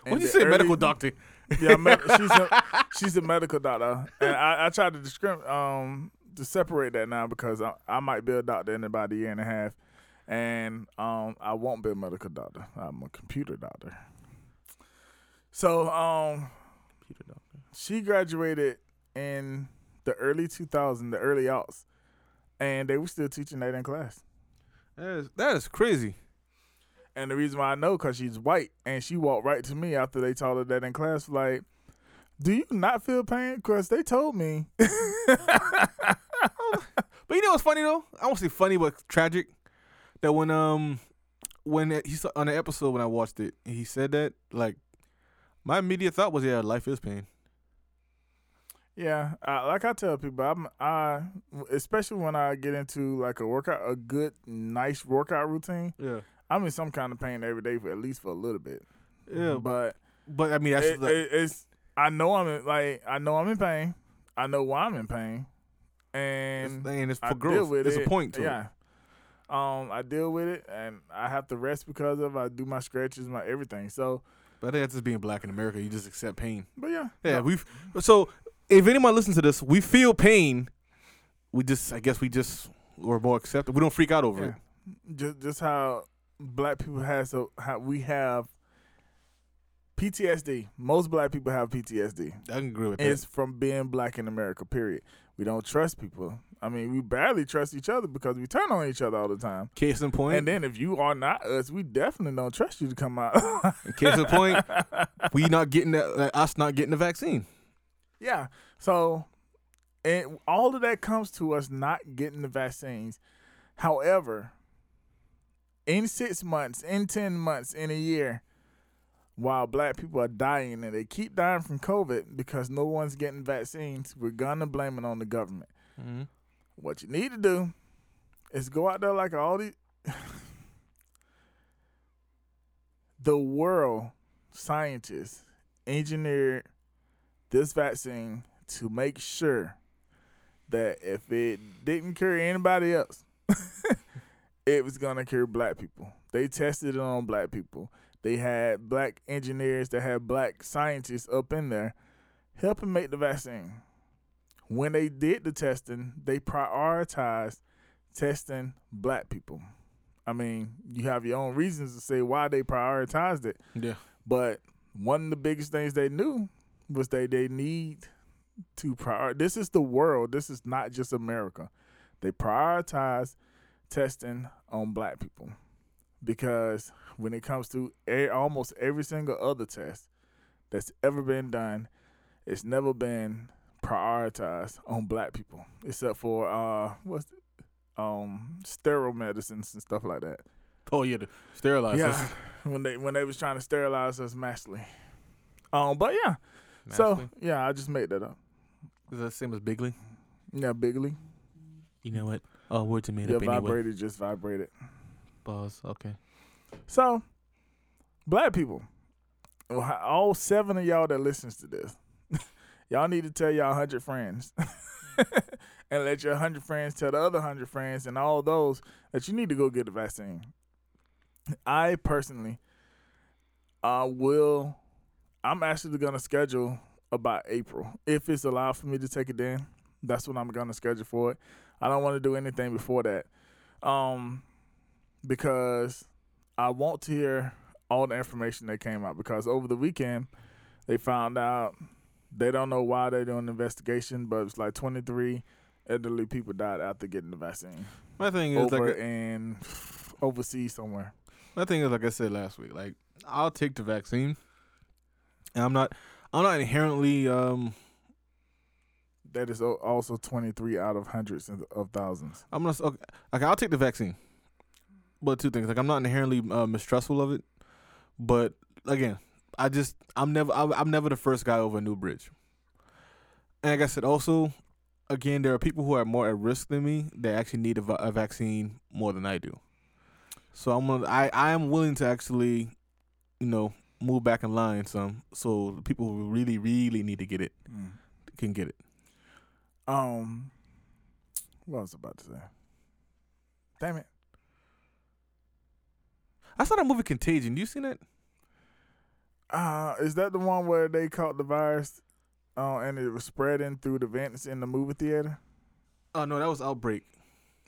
Speaker 2: When
Speaker 1: in
Speaker 2: you
Speaker 1: the
Speaker 2: say
Speaker 1: early-
Speaker 2: medical doctor,
Speaker 1: Yeah, med- she's a she's a medical doctor, and I, I tried to discrim- um to separate that now because I, I might be a doctor in about a year and a half, and um I won't be a medical doctor. I'm a computer doctor. So um
Speaker 2: Computer doctor.
Speaker 1: she graduated in the early 2000s, the early aughts, and they were still teaching that in class.
Speaker 2: That is, that is crazy.
Speaker 1: And the reason why I know, cause she's white, and she walked right to me after they told her that in class, like, "Do you not feel pain?" Cause they told me.
Speaker 2: But you know what's funny though? I won't say funny, but tragic. That when um when he saw, on the episode when I watched it, he said that like my immediate thought was yeah, life is pain.
Speaker 1: yeah, I, like I tell people, I'm I, especially when I get into like a workout, a good nice workout routine,
Speaker 2: Yeah.
Speaker 1: I'm in some kind of pain every day for at least for a little bit.
Speaker 2: Yeah, but,
Speaker 1: but
Speaker 2: but I mean that's
Speaker 1: it,
Speaker 2: like,
Speaker 1: it- it's I know I'm in, like I know I'm in pain. I know why I'm in pain,
Speaker 2: it's,
Speaker 1: and
Speaker 2: and it's for
Speaker 1: I deal
Speaker 2: growth.
Speaker 1: with
Speaker 2: There's
Speaker 1: it.
Speaker 2: a point to
Speaker 1: yeah.
Speaker 2: it.
Speaker 1: Um, I deal with it, and I have to rest because of. I do my stretches, my everything. So,
Speaker 2: But I think that's just being black in America. You just accept pain.
Speaker 1: but yeah,
Speaker 2: Yeah,
Speaker 1: no,
Speaker 2: we've so if anyone listens to this, we feel pain. We just I guess we just we're more accepted. We don't freak out over
Speaker 1: yeah.
Speaker 2: it.
Speaker 1: just just how black people have so how we have PTSD. Most black people have PTSD.
Speaker 2: I can agree with that.
Speaker 1: It's from being black in America. Period. We don't trust people. I mean, we barely trust each other because we turn on each other all the time.
Speaker 2: Case in point.
Speaker 1: And then if you are not us, we definitely don't trust you to come out.
Speaker 2: Case in point, we not getting the, like, us not getting the vaccine.
Speaker 1: yeah. So, and all of that comes to us not getting the vaccines. However, in six months, in ten months, in a year, while black people are dying and they keep dying from COVID because no one's
Speaker 2: Mm-hmm.
Speaker 1: getting vaccines, we're gonna blame it on the government. What you need to do is go out there like all these. the world scientists engineered this vaccine to make sure that if it didn't cure anybody else, it was gonna cure black people. They tested it on black people. They had black engineers that had black scientists up in there helping make the vaccine. When they did the testing, they prioritized testing black people. I mean, you have your own reasons to say why they prioritized it,
Speaker 2: Yeah.
Speaker 1: but one of the biggest things they knew was that they need to prior. This is the world. This is not just America. They prioritize testing on black people because when it comes to a- almost every single other test that's ever been done, it's never been prioritized on black people, except for uh, what's um sterile medicines and stuff like that.
Speaker 2: Oh yeah, the sterilize.
Speaker 1: Yeah, when they when they was trying to sterilize us massively. Um, but yeah, so yeah, I just made that up.
Speaker 2: does that same as Bigley?
Speaker 1: Yeah, Bigley,
Speaker 2: You know what? Oh, words are made
Speaker 1: your vibrator just vibrated.
Speaker 2: Balls. Okay.
Speaker 1: So, black people, oh, all seven of y'all that listens to this, y'all need to tell y'all hundred friends, and let your hundred friends tell the other hundred friends and all those that you need to go get the vaccine. I personally, I will. I'm actually gonna schedule about April if it's allowed for me to take it then. That's what I'm gonna schedule for it. I don't want to do anything before that, um, because I want to hear all the information that came out because over the weekend they found out they don't know why they're doing an investigation, but it's like 23 elderly people died after getting the vaccine
Speaker 2: My thing is
Speaker 1: over
Speaker 2: like
Speaker 1: and overseas somewhere.
Speaker 2: my thing is like I said last week. Like I'll take the vaccine, and I'm not I'm not inherently um
Speaker 1: That is al- also 23 out of hundreds and- of thousands.
Speaker 2: I'm not okay, okay. I'll take the vaccine, but two things like I'm not inherently uh, mistrustful of it, but again, I just I'm never I'm I'm never the first guy over a new bridge. And like I said, also, again, there are people who are more at risk than me that actually need a, va- a vaccine more than I do. So I'm gonna, I I am willing to actually, you know, move back in line some so the people who really really need to get it can get it.
Speaker 1: Um, what was I about to say? Damn it.
Speaker 2: I saw that movie Contagion. You seen that?
Speaker 1: Uh, is that the one where they caught the virus uh, and it was spreading through the vents in the movie theater?
Speaker 2: Oh no, that was Outbreak.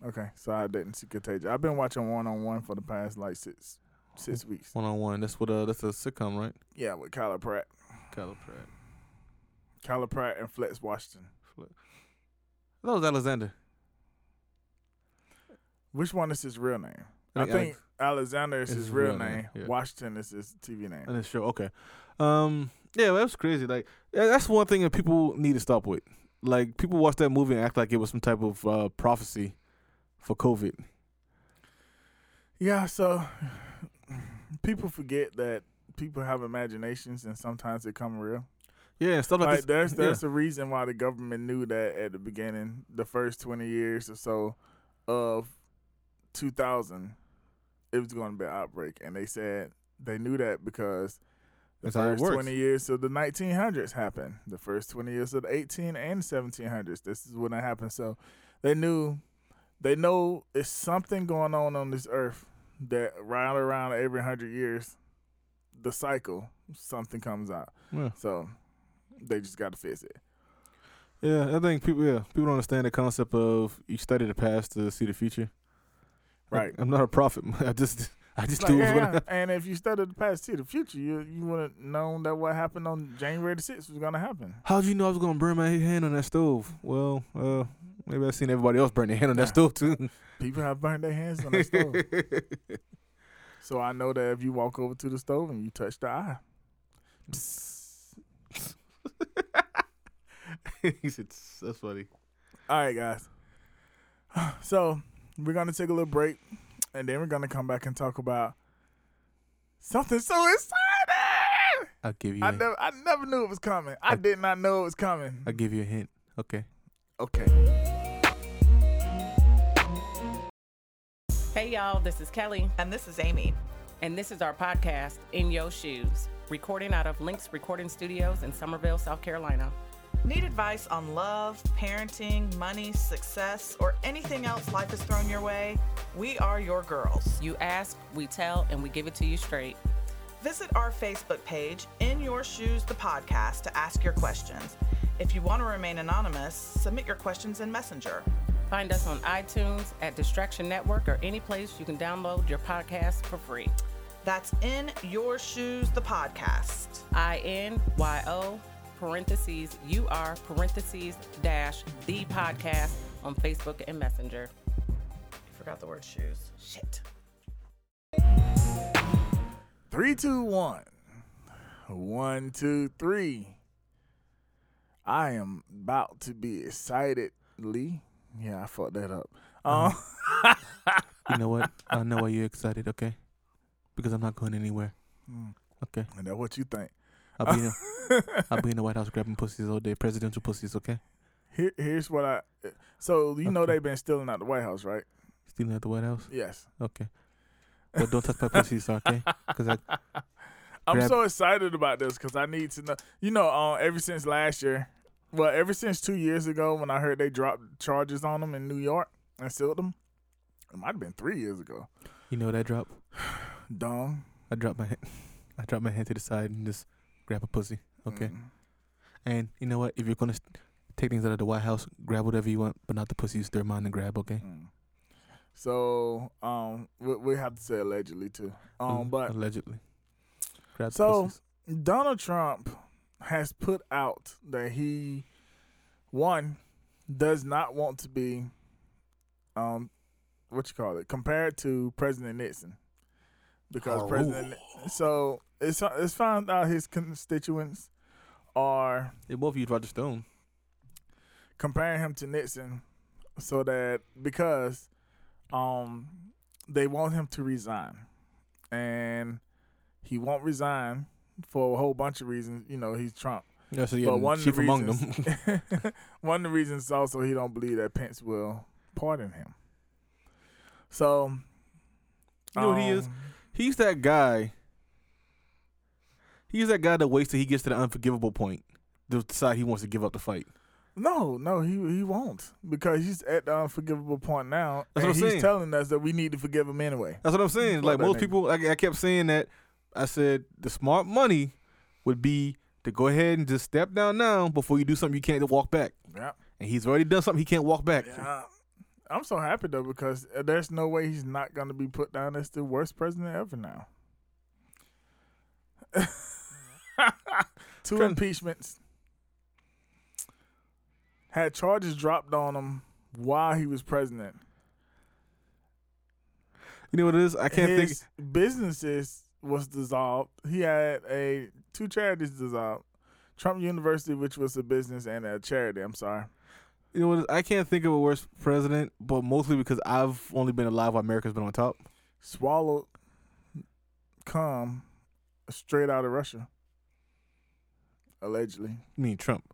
Speaker 1: Okay, so I didn't see Contagion. I've been watching One on One for the past like six six weeks.
Speaker 2: One on one. That's what. Uh, that's a sitcom, right?
Speaker 1: Yeah, with Kyler Pratt,
Speaker 2: Kyler Pratt.
Speaker 1: Kyler Pratt and Flex Washington.
Speaker 2: That was Alexander.
Speaker 1: Which one is his real name? I think,
Speaker 2: Alex-
Speaker 1: Alexander is his, real, name.
Speaker 2: yeah.
Speaker 1: Washington is his TV name.
Speaker 2: And it's show. Okay. Um. Yeah, that was crazy. Like yeah, that's one thing that people need to stop with. Like people watch that movie and act like it was some type of uh, prophecy for COVID.
Speaker 1: Yeah, so people forget that people have imaginations and sometimes they come real.
Speaker 2: Yeah, and stuff like,
Speaker 1: Like
Speaker 2: this.
Speaker 1: there's
Speaker 2: yeah.
Speaker 1: there's a reason why the government knew that at the beginning, the first twenty years or so of two thousand, it was going to be an outbreak, and they said they knew that because the
Speaker 2: That's how it
Speaker 1: first
Speaker 2: works.
Speaker 1: twenty years of the nineteen hundreds happened. The first twenty years of the eighteen and seventeen hundreds. This is when it happened. So they knew, they know it's something going on on this earth that round around every hundred years, the cycle something comes out.
Speaker 2: Yeah.
Speaker 1: So they just got to fix it.
Speaker 2: Yeah, I think people. Yeah, people don't understand the concept of you study the past to see the future. Like,
Speaker 1: Right.
Speaker 2: I'm not a prophet. I just. I just
Speaker 1: Like,
Speaker 2: do what's
Speaker 1: yeah,
Speaker 2: gonna
Speaker 1: yeah.
Speaker 2: happen.
Speaker 1: And if you study the past to the future, you you would have known that what happened on January the sixth was gonna happen.
Speaker 2: How'd you know I was gonna burn my hand on that stove? Well, uh, maybe I seen everybody else burn their hand on
Speaker 1: Yeah.
Speaker 2: that stove too.
Speaker 1: People have burned their hands on the stove, so I know that if you walk over to the stove and you touch the eye,
Speaker 2: he said, "That's funny."
Speaker 1: all right, guys. So we're gonna take a little break, and then we're gonna come back and talk about something so exciting.
Speaker 2: I'll give you.
Speaker 1: I
Speaker 2: A,
Speaker 1: never, I never knew it was coming. I did not know it was coming.
Speaker 2: I'll give you a hint. Okay.
Speaker 1: Okay.
Speaker 3: Hey, y'all, this is Kelly,
Speaker 4: And this is Amy.
Speaker 3: and this is our podcast, In Your Shoes, recording out of Lynx Recording Studios in Somerville, South Carolina.
Speaker 4: Need advice on love, parenting, money, success, or anything else life has thrown your way? We are your girls.
Speaker 3: You ask, we tell, and we give it to you straight.
Speaker 4: Visit our Facebook page, In Your Shoes, the podcast, to ask your questions. If you want to remain anonymous, submit your questions in Messenger.
Speaker 3: Find us on iTunes, at Distraction Network, or any place you can download your podcast for free.
Speaker 4: That's In Your Shoes, the podcast.
Speaker 3: I N Y O parentheses U R parentheses dash the podcast on Facebook and Messenger.
Speaker 4: Forgot the word shoes. Shit.
Speaker 1: Three, two, one. One, two, three. I am about to be excitedly. Yeah, I fucked that up.
Speaker 2: Uh-huh.
Speaker 1: Um,
Speaker 2: You know what? I know why you're excited, okay? Because I'm not going anywhere.
Speaker 1: Mm.
Speaker 2: Okay.
Speaker 1: and that's what you think.
Speaker 2: I'll be in a, I'll be in the White House grabbing pussies all day, presidential pussies, okay?
Speaker 1: Here, here's what I. So you know
Speaker 2: Okay.
Speaker 1: they've been stealing out the White House, right?
Speaker 2: Stealing at the White House.
Speaker 1: Yes.
Speaker 2: Okay. But don't touch my pussies, okay? Because I
Speaker 1: I'm
Speaker 2: Grab-
Speaker 1: so excited about this because I need to know. You know, uh, ever since last year, well, ever since two years ago when I heard they dropped charges on them in New York and sealed them, it might have been three years ago.
Speaker 2: you know what I drop?
Speaker 1: Dumb.
Speaker 2: I drop my hand I drop my hand to the side and just grab a pussy. Okay.
Speaker 1: Mm.
Speaker 2: And you know what? If you're gonna st- take things out of the White House, grab whatever you want, but not the pussies they're mine to grab, okay?
Speaker 1: Mm. So um, we, we have to say allegedly too. Um, but
Speaker 2: Mm, allegedly. Grab
Speaker 1: So-
Speaker 2: the pussies.
Speaker 1: Donald Trump has put out that he one does not want to be um what you call it compared to President Nixon because
Speaker 2: Oh.
Speaker 1: President so it's it's found out his constituents are
Speaker 2: They both used Roger Stone.
Speaker 1: comparing him to Nixon so that because um they want him to resign and he won't resign for a whole bunch of reasons you know he's Trump
Speaker 2: Yeah, so yeah,
Speaker 1: But one of the
Speaker 2: chief among
Speaker 1: reasons-
Speaker 2: them.
Speaker 1: one of the reasons is also he don't believe that Pence will pardon him. So
Speaker 2: You know what he is?
Speaker 1: um,
Speaker 2: He's that guy. He's that guy that waits till he gets to the unforgivable point to decide he wants to give up the fight.
Speaker 1: No, no, he he won't because he's at the unforgivable point now,
Speaker 2: That's
Speaker 1: and
Speaker 2: what I'm
Speaker 1: he's
Speaker 2: saying.
Speaker 1: telling us that we need to forgive him anyway.
Speaker 2: That's what I'm saying.
Speaker 1: Fuck
Speaker 2: Like
Speaker 1: that
Speaker 2: most
Speaker 1: nigga.
Speaker 2: people, like I kept saying that. I said the smart money would be to go ahead and just step down now before you do something you can't walk back.
Speaker 1: Yeah,
Speaker 2: And he's already done something he can't walk back.
Speaker 1: yeah. I'm so happy though because there's no way he's not going to be put down as the worst president ever now. Two
Speaker 2: Tryna-
Speaker 1: impeachments. Had charges dropped on him while he was president.
Speaker 2: You know what it is? I can't
Speaker 1: his
Speaker 2: think.
Speaker 1: businesses was dissolved. He had a two charities dissolved. Trump University, which was a business, and a charity. I'm sorry.
Speaker 2: You know what it is? I can't think of a worse president, but mostly because I've only been alive while America's been on top.
Speaker 1: Swallowed, come straight out of Russia. Allegedly,
Speaker 2: I mean Trump.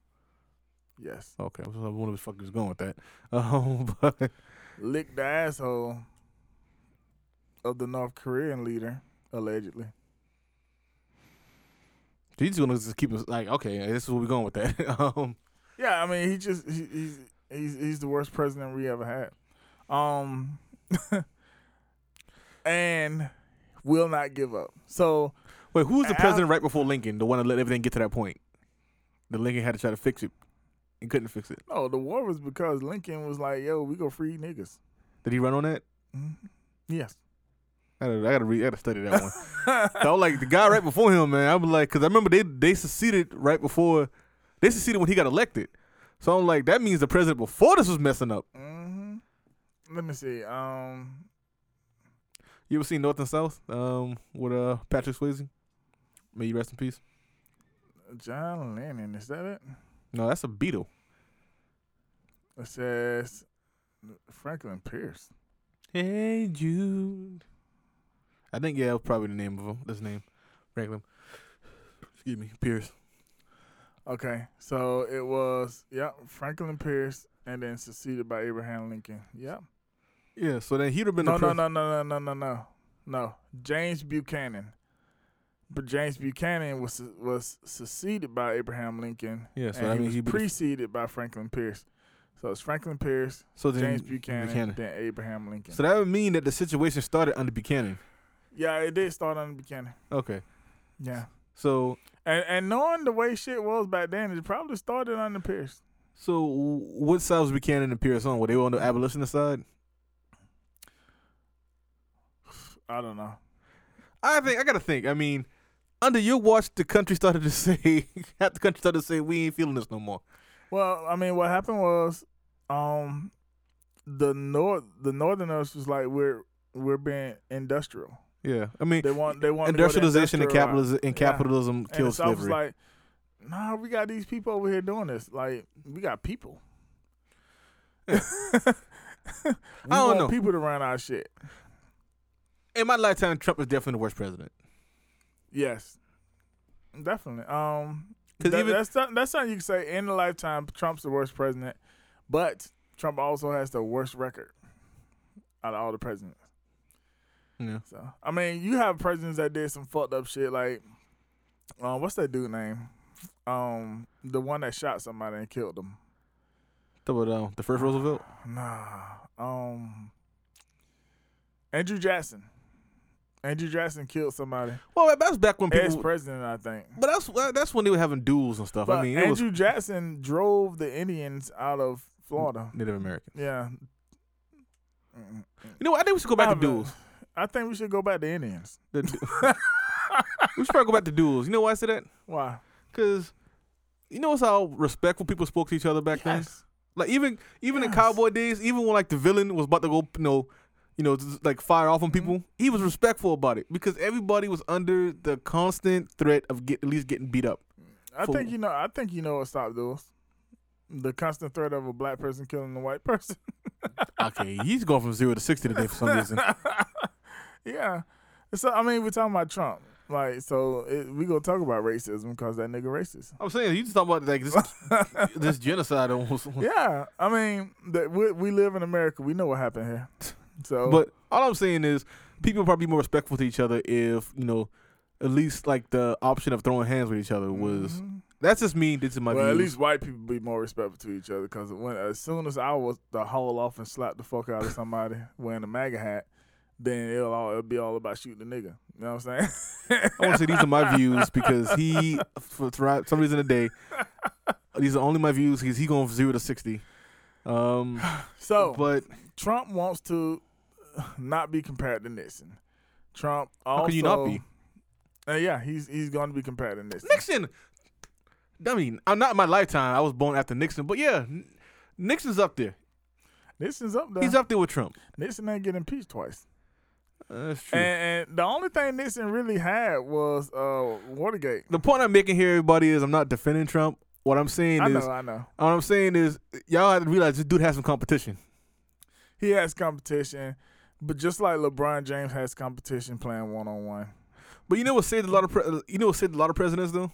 Speaker 1: yes.
Speaker 2: Okay, I was wondering where the fuck he was going with that. Um, but
Speaker 1: Licked the asshole of the North Korean leader. Allegedly,
Speaker 2: He's gonna just keep us like, okay, this is where we're going with that. um,
Speaker 1: yeah. I mean, he just he, he's he's he's the worst president we ever had. Um, and will not give up. So
Speaker 2: wait, who was the
Speaker 1: Al-
Speaker 2: president right before Lincoln? The one that let everything get to that point. The Lincoln had to try to fix it, and couldn't fix it.
Speaker 1: no, the war was because Lincoln was like, "Yo, we go free niggas."
Speaker 2: Did he run on that?
Speaker 1: Mhm. Yes.
Speaker 2: I gotta, I gotta read, I gotta study that one. I was like the guy right before him, man. I was like, because I remember they they seceded right before, they seceded when he got elected. So I'm like, that means the president before this was messing up.
Speaker 1: hmm Let me see. Um,
Speaker 2: You ever seen North and South? Um, with uh Patrick Swayze. May you rest in peace.
Speaker 1: John Lennon is that it?
Speaker 2: No, that's a Beatle.
Speaker 1: It says Franklin Pierce.
Speaker 2: Hey Jude. I think yeah, that was probably the name of him. This name, Franklin. Excuse me, Pierce.
Speaker 1: Okay, so it was yeah Franklin Pierce, and then succeeded by Abraham Lincoln. Yep.
Speaker 2: Yeah, so then he'd have been
Speaker 1: No,
Speaker 2: the
Speaker 1: no,
Speaker 2: pres-
Speaker 1: no, no, no, no, no, no, no. James Buchanan, but James Buchanan was was succeeded by Abraham Lincoln.
Speaker 2: Yeah, so
Speaker 1: and
Speaker 2: I
Speaker 1: he
Speaker 2: mean,
Speaker 1: was
Speaker 2: he'd be the-
Speaker 1: preceded by Franklin Pierce. So it's Franklin Pierce,
Speaker 2: So then
Speaker 1: James Buchanan,
Speaker 2: Buchanan.
Speaker 1: then Abraham Lincoln.
Speaker 2: So that would mean that the situation started under Buchanan.
Speaker 1: yeah, it did start on Buchanan.
Speaker 2: Okay.
Speaker 1: Yeah,
Speaker 2: So
Speaker 1: and and knowing the way shit was back then, it probably started on the Pierce.
Speaker 2: so what side was Buchanan and Pierce on? Were they on the abolitionist side?
Speaker 1: I don't know.
Speaker 2: I think I gotta think. I mean, under your watch, the country started to say, half the country started to say, we ain't feeling this no more.
Speaker 1: Well, I mean, what happened was, um, the north the northerners was like we're we're being industrial.
Speaker 2: Yeah, I mean,
Speaker 1: They want they want to go the
Speaker 2: industrialization and
Speaker 1: industrial route.
Speaker 2: capitalism and
Speaker 1: Yeah.
Speaker 2: capitalism
Speaker 1: And
Speaker 2: killed
Speaker 1: the South was
Speaker 2: slavery.
Speaker 1: like, nah, we got these people over here doing this. Like, we got people. We
Speaker 2: I don't
Speaker 1: want
Speaker 2: know.
Speaker 1: People to run our shit.
Speaker 2: In my lifetime, Trump was definitely the worst president.
Speaker 1: Yes, definitely. Um,
Speaker 2: 'Cause
Speaker 1: that-
Speaker 2: even-
Speaker 1: that's something, that's something you can say in a lifetime. Trump's the worst president, but Trump also has the worst record out of all the presidents.
Speaker 2: Yeah.
Speaker 1: So I mean, you have presidents that did some fucked up shit. Like, uh, what's that dude name? Um, the one that shot somebody and killed them.
Speaker 2: Talk about um, the first Roosevelt.
Speaker 1: Nah. Um, Andrew Jackson. Andrew Jackson killed somebody.
Speaker 2: Well, that's back when
Speaker 1: As
Speaker 2: people.
Speaker 1: president, I think.
Speaker 2: but that's uh, that's when they were having duels and stuff.
Speaker 1: But
Speaker 2: I mean, it was
Speaker 1: Andrew Jackson drove the Indians out of Florida.
Speaker 2: Native American.
Speaker 1: Yeah. Mm.
Speaker 2: You know, what? I think we should go back to
Speaker 1: Nah, but
Speaker 2: duels.
Speaker 1: I think we should go back to Indians.
Speaker 2: The du- we should probably go back to duels. You know why I said that?
Speaker 1: Why?
Speaker 2: Because you know how respectful people spoke to each other back then. Like even even in
Speaker 1: Yes.
Speaker 2: cowboy days, even when like the villain was about to go, you know, you know, just, like fire off on
Speaker 1: Mm-hmm.
Speaker 2: people, he was respectful about it because everybody was under the constant threat of get at least getting beat up.
Speaker 1: I
Speaker 2: Fool.
Speaker 1: think you know. I think you know what stopped duels. The constant threat of a black person killing a white person.
Speaker 2: Okay, he's going from zero to sixty today for some reason.
Speaker 1: yeah. So I mean, we're talking about Trump, like so. It, we gonna talk about racism because that nigga racist.
Speaker 2: I'm saying you just talking about like this this genocide almost.
Speaker 1: Yeah, I mean, that we, we live in America. We know what happened here. So,
Speaker 2: But all I'm saying is people probably be more respectful to each other if you know. At least, like the option of throwing hands with each other was.
Speaker 1: Mhm.
Speaker 2: That's just me. This is my
Speaker 1: well, at
Speaker 2: views.
Speaker 1: least white people be more respectful to each other because when as soon as I was to haul off and slap the fuck out of somebody wearing a MAGA hat, then it'll all it'll be all about shooting the nigga. You know what I'm saying?
Speaker 2: I want to say these are my views because he, for throughout some reason today, these are only my views. He's he going from zero to sixty. Um,
Speaker 1: So,
Speaker 2: but
Speaker 1: Trump wants to uh, not be compared to Nixon. Trump also.
Speaker 2: how can you not be
Speaker 1: Uh, yeah, he's he's going to be compared to Nixon.
Speaker 2: Nixon? I mean, I'm not in my lifetime. I was born after Nixon, but yeah, N- Nixon's up there.
Speaker 1: Nixon's up there.
Speaker 2: He's up there with Trump.
Speaker 1: Nixon ain't getting impeached twice.
Speaker 2: Uh, that's true.
Speaker 1: And, and the only thing Nixon really had was uh, Watergate.
Speaker 2: the point I'm making here, everybody, is I'm not defending Trump. What I'm saying
Speaker 1: I
Speaker 2: is,
Speaker 1: know, I know.
Speaker 2: what I'm saying is, y'all have to realize this dude has some competition.
Speaker 1: He has competition, but just like LeBron James has competition playing one on one.
Speaker 2: But you know what saved a lot of pre- uh, you know what saved a lot of presidents though.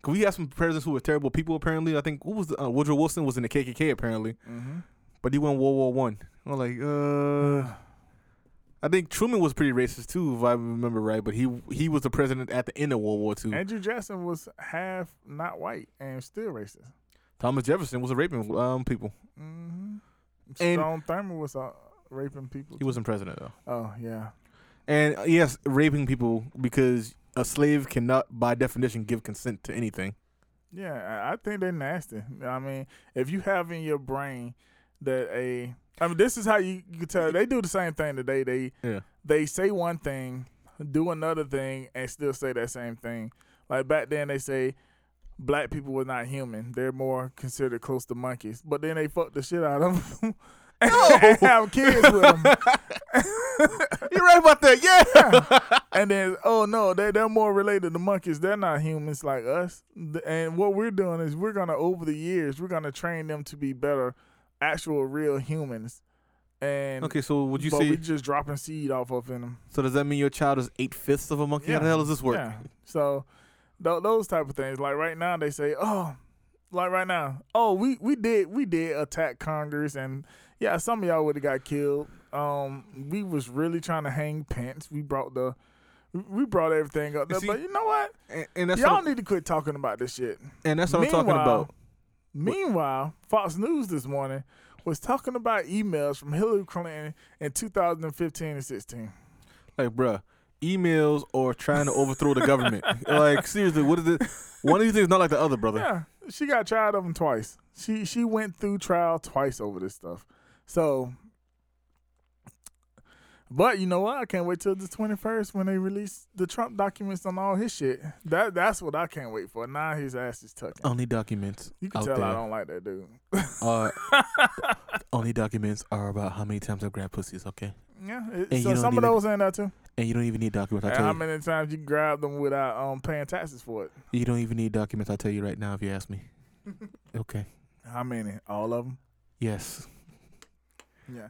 Speaker 2: Cause we had some presidents who were terrible people. Apparently, I think who was the, uh, Woodrow Wilson was in the KKK apparently, but he won World War One. I'm like, uh, I think Truman was pretty racist too, if I remember right. But he he was the president at the end of World War Two.
Speaker 1: Andrew Jackson was half not white and still racist.
Speaker 2: Thomas Jefferson was a raping um people.
Speaker 1: Mm-hmm.
Speaker 2: And-
Speaker 1: Stone Thurmond was uh, raping people.
Speaker 2: He wasn't president though.
Speaker 1: Oh yeah.
Speaker 2: And uh, yes, raping people because a slave cannot, by definition, give consent to anything.
Speaker 1: Yeah, I- I think they're nasty. I mean, if you have in your brain that a, I mean, this is how you, you can tell they do the same thing today. They
Speaker 2: Yeah.
Speaker 1: they say one thing, do another thing, and still say that same thing. Like back then, they say black people were not human; they're more considered close to monkeys. But then they fuck the shit out of them and have kids with them.
Speaker 2: You're right about that. Yeah.
Speaker 1: And then, oh no, they they're more related to monkeys. They're not humans like us. Th- And what we're doing is we're gonna over the years we're gonna train them to be better, actual real humans. And
Speaker 2: Okay, so would you
Speaker 1: but
Speaker 2: say
Speaker 1: we just dropping seed off of in them?
Speaker 2: So does that mean your child is eight fifths of a monkey? How the hell does this work?
Speaker 1: Yeah. So th- those type of things. Like right now, they say, oh, like right now, oh, we we did we did attack Congress, and yeah, some of y'all would have got killed. Um, we was really trying to hang pants. We brought the, we brought everything up there.
Speaker 2: see,
Speaker 1: but you know what?
Speaker 2: And, and that's
Speaker 1: Y'all
Speaker 2: what,
Speaker 1: need to quit talking about this shit.
Speaker 2: and that's what I'm talking about.
Speaker 1: Meanwhile, Fox News this morning was talking about emails from Hillary Clinton in 2015 and 16.
Speaker 2: Like, bruh, emails or trying to overthrow the government. like, seriously, what is it? One of these things is not like the other, brother.
Speaker 1: Yeah, she got tried of them twice. She she went through trial twice over this stuff. So, but you know what? I can't wait till the 21st when they release the Trump documents on all his shit. That that's what I can't wait for. Now his ass is tucking.
Speaker 2: Only documents
Speaker 1: you can
Speaker 2: Oh, out
Speaker 1: tell
Speaker 2: there Uh,
Speaker 1: I don't like that dude.
Speaker 2: are only documents are about how many times I grab pussies, okay?
Speaker 1: Yeah, it-
Speaker 2: And you
Speaker 1: so
Speaker 2: don't
Speaker 1: some of
Speaker 2: even-
Speaker 1: those ain't that too.
Speaker 2: And you don't even need documents. I
Speaker 1: And
Speaker 2: tell
Speaker 1: how
Speaker 2: you,
Speaker 1: many times you grab them without um paying taxes for it?
Speaker 2: you don't even need documents. I tell you right now, if you ask me. Okay.
Speaker 1: How many? All of them.
Speaker 2: Yes.
Speaker 1: Yeah.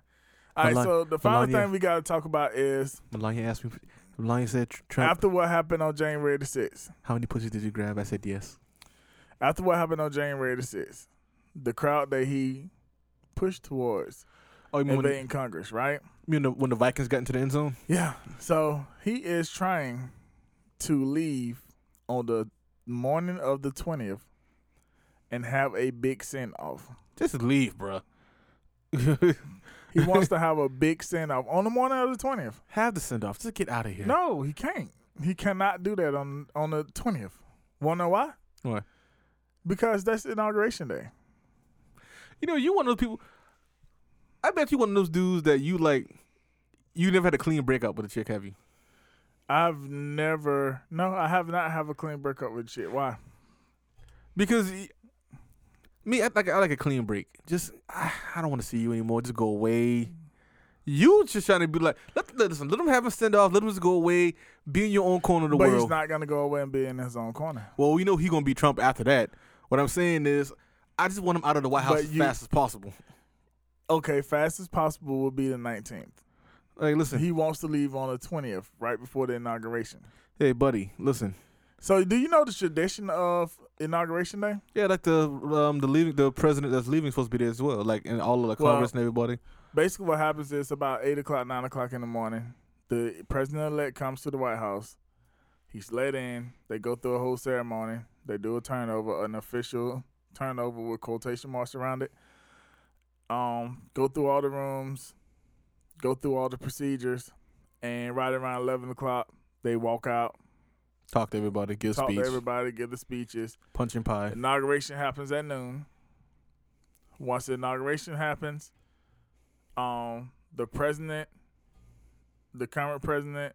Speaker 1: All right.
Speaker 2: Melania-
Speaker 1: so the final
Speaker 2: Melania.
Speaker 1: thing we got to talk about is
Speaker 2: Melania asked me. Melania said, "Tr- "Trump,
Speaker 1: after what happened on January the sixth.
Speaker 2: how many pussies did you grab?" I said, "Yes."
Speaker 1: After what happened on January the sixth, the crowd that he pushed towards
Speaker 2: Oh, you mean when,
Speaker 1: invading Congress, right?
Speaker 2: you mean the, when the Vikings got into the end zone?
Speaker 1: Yeah. So he is trying to leave on the morning of the twentieth and have a big send off.
Speaker 2: Just leave, bruh.
Speaker 1: He wants to have a big send off on the morning of the twentieth.
Speaker 2: Have the send off. Just get out of here.
Speaker 1: No, he can't. He cannot do that on on the twentieth. Wanna know why?
Speaker 2: Why?
Speaker 1: Because that's inauguration day.
Speaker 2: You know, you one of those people. I bet you one of those dudes that you like. You never had a clean breakup with a chick, have you?
Speaker 1: I've never no, I have not have a clean breakup with shit. Why?
Speaker 2: Because y- me, I like I like a clean break. Just I, I don't want to see you anymore. Just go away. You just trying to be like, let, let- listen, let them have a send off. Let them just go away. Be in your own corner of the
Speaker 1: but
Speaker 2: world.
Speaker 1: he's not gonna go away and be in his own corner.
Speaker 2: well, we know he gonna be Trump after that. What I'm saying is, I just want him out of the White House
Speaker 1: But
Speaker 2: as
Speaker 1: you-
Speaker 2: fast as possible.
Speaker 1: Okay, fast as possible will be the nineteenth.
Speaker 2: Like, listen,
Speaker 1: He wants to leave on the twentieth, right before the inauguration.
Speaker 2: hey, buddy, listen.
Speaker 1: So do you know the tradition of inauguration day?
Speaker 2: Yeah, like the um the leaving the president that's leaving is supposed to be there as well. Like, and all of the
Speaker 1: Well-
Speaker 2: Congress and everybody.
Speaker 1: Basically what happens is about eight o'clock, nine o'clock in the morning, the president elect comes to the White House. He's let in, they go through a whole ceremony, they do a turnover, an official turnover with quotation marks around it. um, go through all the rooms, go through all the procedures, and right around eleven o'clock, they walk out,
Speaker 2: Talk to everybody, give
Speaker 1: talk
Speaker 2: speech,
Speaker 1: to everybody, give the speeches.
Speaker 2: punch and pie.
Speaker 1: Inauguration happens at noon. Once the inauguration happens, um, the president, the current president,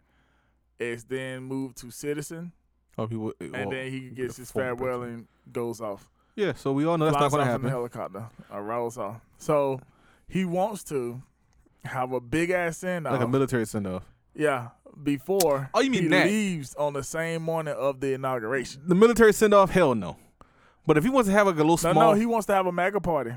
Speaker 1: is then moved to citizen,
Speaker 2: Or people,
Speaker 1: and
Speaker 2: well,
Speaker 1: then he gets
Speaker 2: the
Speaker 1: his
Speaker 2: former
Speaker 1: farewell
Speaker 2: president.
Speaker 1: and goes off.
Speaker 2: yeah. So we all know that's
Speaker 1: flies
Speaker 2: not gonna
Speaker 1: off in
Speaker 2: happen.
Speaker 1: the helicopter. Or rolls off. So he wants to have a big ass send
Speaker 2: Like
Speaker 1: off.
Speaker 2: a military send off.
Speaker 1: yeah, before
Speaker 2: Oh, you mean
Speaker 1: he
Speaker 2: that.
Speaker 1: leaves on the same morning of the inauguration.
Speaker 2: The military send off, hell no. But if he wants to have like a little
Speaker 1: No,
Speaker 2: small,
Speaker 1: no, he wants to have a mega party.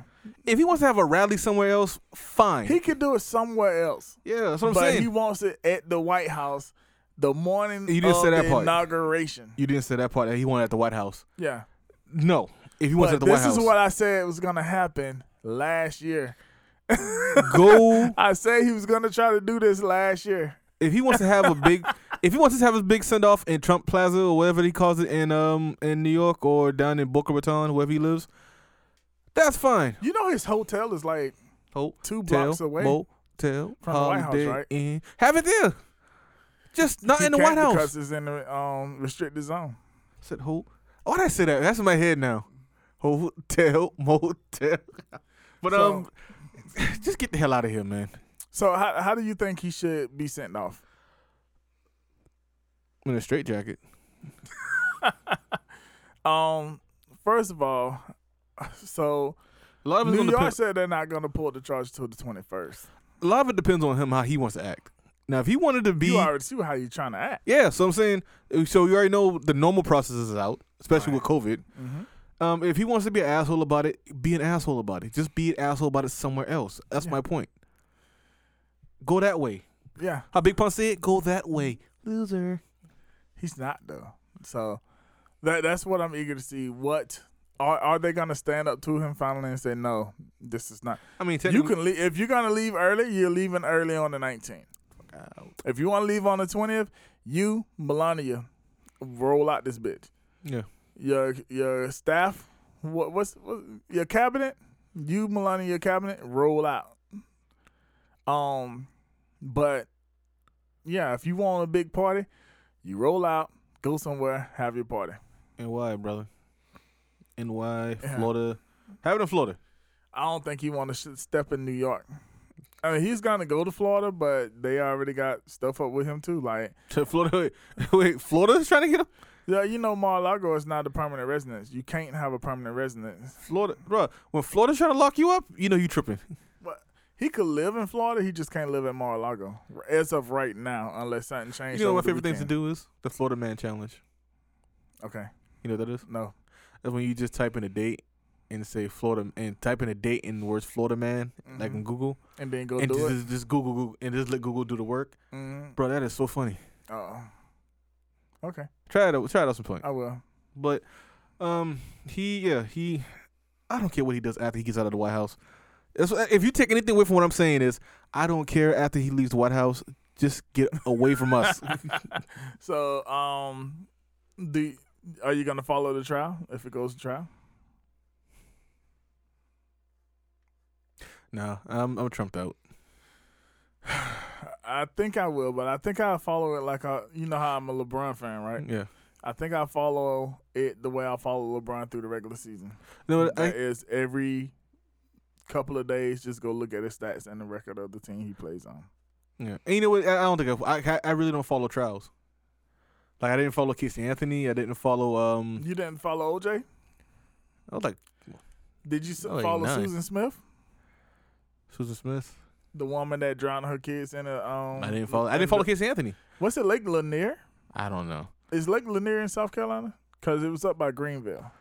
Speaker 2: if he wants to have a rally somewhere else, fine.
Speaker 1: He could do it somewhere else,
Speaker 2: yeah, that's what I'm
Speaker 1: but
Speaker 2: saying.
Speaker 1: he wants it at the White House the morning
Speaker 2: You didn't
Speaker 1: of
Speaker 2: say that
Speaker 1: the
Speaker 2: part.
Speaker 1: inauguration.
Speaker 2: you didn't say that part that he wanted at the White House.
Speaker 1: Yeah,
Speaker 2: No, if he wants
Speaker 1: but
Speaker 2: at the
Speaker 1: this
Speaker 2: White House,
Speaker 1: is what I said was gonna happen last year.
Speaker 2: go.
Speaker 1: I said he was gonna try to do this last year.
Speaker 2: If he wants to have a big, if he wants to have his big send off in Trump Plaza or whatever he calls it in um in New York or down in Boca Raton, wherever he lives, that's fine.
Speaker 1: You know his hotel is like
Speaker 2: Hotel,
Speaker 1: two blocks away.
Speaker 2: motel,
Speaker 1: from the White House,
Speaker 2: Holiday
Speaker 1: right?
Speaker 2: Inn. Have it there. Just not
Speaker 1: He
Speaker 2: in the
Speaker 1: can't
Speaker 2: White House.
Speaker 1: because it's in the um, restricted zone.
Speaker 2: Said who? Why did I say that? That's in my head now. Hotel, motel. But
Speaker 1: So-
Speaker 2: um, just get the hell out of here, man.
Speaker 1: So how how do you think he should be sent off?
Speaker 2: I'm in a straight jacket.
Speaker 1: Um, first of all, so
Speaker 2: A lot of it's
Speaker 1: New
Speaker 2: gonna
Speaker 1: York
Speaker 2: depend,
Speaker 1: said they're not going to pull the charge till the twenty first.
Speaker 2: a lot of it depends on him how he wants to act. Now, if he wanted to be,
Speaker 1: You already see how you trying to act.
Speaker 2: yeah. So I'm saying, uh, so you already know the normal process is out, especially with COVID.
Speaker 1: Mhm.
Speaker 2: Um, if he wants to be an asshole about it, be an asshole about it. Just be an asshole about it somewhere else. That's
Speaker 1: Yeah.
Speaker 2: my point. Go that way.
Speaker 1: Yeah,
Speaker 2: How Big Pun said, "Go that way, loser."
Speaker 1: he's not though. So that that's what I'm eager to see. What Are are they gonna stand up to him finally and say no? This is not.
Speaker 2: I mean,
Speaker 1: You
Speaker 2: technically,
Speaker 1: can leave if you're gonna leave early. You're leaving early on the 19th. If you want to leave on the 20th, you Melania, roll out this bitch.
Speaker 2: Yeah.
Speaker 1: Your your staff, what what's what, your cabinet? You Melania, your cabinet, roll out. Um, but yeah, if you want a big party, you roll out, go somewhere, have your party.
Speaker 2: And why, brother? And why
Speaker 1: Yeah.
Speaker 2: Florida? Have it in Florida.
Speaker 1: I don't think he want to sh- step in New York. I mean, he's gonna go to Florida, but they already got stuff up with him too. Like,
Speaker 2: To Florida. Wait, wait, Florida's trying to get him?
Speaker 1: yeah, you know, Mar-a-Lago is not a permanent residence. You can't have a permanent residence.
Speaker 2: Florida, bro. When Florida's trying to lock you up, you know you tripping.
Speaker 1: But he could live in Florida. He just can't live in Mar-a-Lago as of right now, unless something
Speaker 2: You
Speaker 1: changes.
Speaker 2: know my
Speaker 1: over the
Speaker 2: favorite thing to
Speaker 1: weekend.
Speaker 2: do is the Florida Man Challenge.
Speaker 1: Okay,
Speaker 2: You know what that is?
Speaker 1: no,
Speaker 2: That's when you just type in a date and say Florida and type in a date and the words Florida Man, like in
Speaker 1: Mhm.
Speaker 2: Google,
Speaker 1: and then go
Speaker 2: and
Speaker 1: do
Speaker 2: just,
Speaker 1: it.
Speaker 2: just just Google, Google and just let Google do the work,
Speaker 1: Mhm.
Speaker 2: bro. That is so funny.
Speaker 1: Oh, okay,
Speaker 2: Try it. out- Try it out some point.
Speaker 1: I will.
Speaker 2: But um, he yeah he, I don't care what he does after he gets out of the White House. That's what- if you take anything away from what I'm saying is I don't care after he leaves the White House. Just get away from us.
Speaker 1: So, um, do are you gonna follow the trial if it goes to trial?
Speaker 2: nah, I'm I'm trumped out.
Speaker 1: I think I will, but I think I follow it like I, you know how I'm a LeBron fan, right?
Speaker 2: Yeah.
Speaker 1: I think I follow it the way I follow LeBron through the regular season.
Speaker 2: No,
Speaker 1: That
Speaker 2: I,
Speaker 1: is every couple of days, just go look at his stats and the record of the team he plays on.
Speaker 2: yeah. And you know what? I, I don't think I, I I really don't follow trials. Like I didn't follow Casey Anthony. I didn't follow um.
Speaker 1: You didn't follow OJ?
Speaker 2: I was like
Speaker 1: Did you s
Speaker 2: Oh,
Speaker 1: follow
Speaker 2: nice.
Speaker 1: Susan Smith,
Speaker 2: Susan Smith.
Speaker 1: the woman that drowned her kids in a um?
Speaker 2: I didn't follow. I didn't follow Casey Anthony.
Speaker 1: What's it Lake Lanier?
Speaker 2: I don't know.
Speaker 1: Is Lake Lanier in South Carolina? Cause it was up by Greenville.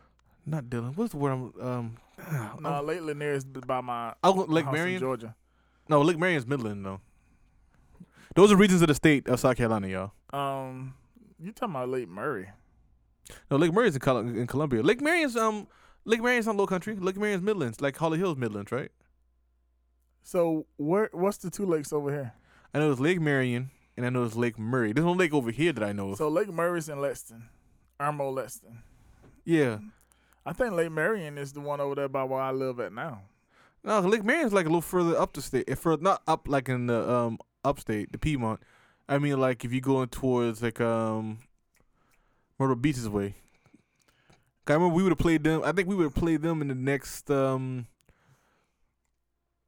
Speaker 2: Not Dylan. What's the word? I'm, um.
Speaker 1: No, Lake Lanier is by my
Speaker 2: I'll go Lake
Speaker 1: Uh, house in
Speaker 2: Marion.
Speaker 1: Georgia.
Speaker 2: No, Lake Marion's Midland though. Those are regions of the state of South Carolina, y'all.
Speaker 1: Um, you talking about Lake Murray?
Speaker 2: No, Lake Marion's in, Col- in Columbia. Lake Marion's um, Lake Marion's not Low Country. Lake Marion's Midlands, like Holly Hills Midlands, right?
Speaker 1: So where? What's the two lakes over here?
Speaker 2: I know it's Lake Marion, and I know it's Lake Murray. There's one lake over here that I know of.
Speaker 1: So Lake Murray's in Lexington, Irmo Lexington.
Speaker 2: yeah,
Speaker 1: I think Lake Marion is the one over there by where I live at now.
Speaker 2: no, Lake Marion's like a little further up the state. If further not up, like in the um upstate, the Piedmont. I mean, like if you going towards like um, Myrtle Beach's way. 'Cause I remember we would have played them. I think we would have played them in the next um.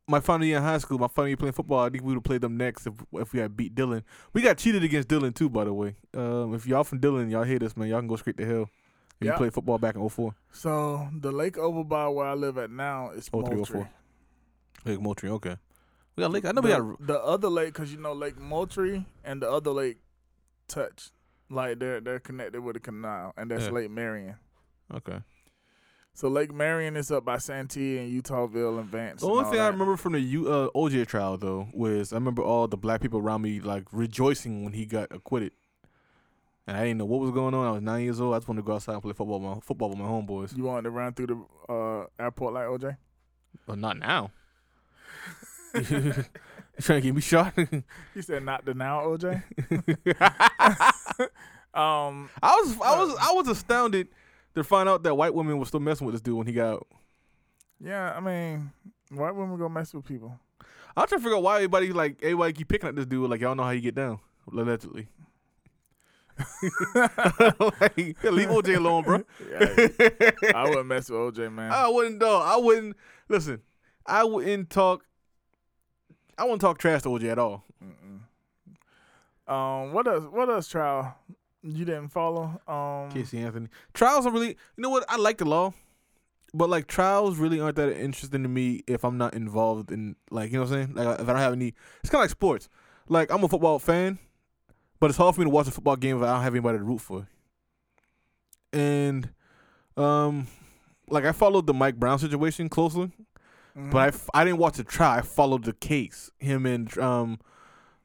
Speaker 2: My final year in high school, my final year playing football, I think we would have played them next if if we had beat Dylan. We got cheated against Dylan too, by the way. Um, if y'all from Dylan, y'all hate us, man. Y'all can go straight to hell. If
Speaker 1: Yeah.
Speaker 2: you played football back in 04.
Speaker 1: So the lake over by where I live at now is
Speaker 2: 03,
Speaker 1: Moultrie.
Speaker 2: 04. Lake Moultrie, okay. We got Lake. I know we got
Speaker 1: the, the other lake, cause you know Lake Moultrie and the other lake touch, like they're they're connected with a canal, and that's
Speaker 2: Yeah.
Speaker 1: Lake Marion.
Speaker 2: okay.
Speaker 1: So Lake Marion is up by Santee and Utahville and Vance.
Speaker 2: The
Speaker 1: and
Speaker 2: only
Speaker 1: all
Speaker 2: thing I
Speaker 1: that.
Speaker 2: remember from the U, uh, OJ trial though was I remember all the black people around me like rejoicing when he got acquitted, and I didn't know what was going on. I was nine years old. I just wanted to go outside and play football with my football with my homeboys.
Speaker 1: you wanted to run through the uh, airport like OJ.
Speaker 2: But not now. you trying to get me shot?
Speaker 1: He said, "Not the now, OJ."
Speaker 2: I
Speaker 1: Um,
Speaker 2: was I was I was astounded to find out that white women were still messing with this dude when he got. out.
Speaker 1: yeah, I mean, white women go mess with people.
Speaker 2: I'm trying to figure out why everybody like everybody keep picking at this dude. Like y'all know how you get down allegedly. like, leave OJ alone, bro.
Speaker 1: Yeah, I wouldn't mess with OJ, man.
Speaker 2: I wouldn't though. I wouldn't listen. I wouldn't talk. I wouldn't talk trash to OJ at all.
Speaker 1: Um, what else? What else trial you didn't follow? Um,
Speaker 2: Casey Anthony trials are really. You know what? I like the law, but like trials really aren't that interesting to me if I'm not involved in like you know what I'm saying. Like if I don't have any, it's kind of like sports. Like I'm a football fan, but it's hard for me to watch a football game if I don't have anybody to root for. And, um, like I followed the Mike Brown situation closely.
Speaker 1: mhm.
Speaker 2: But I, f- I didn't watch the trial. I followed the case. Him and um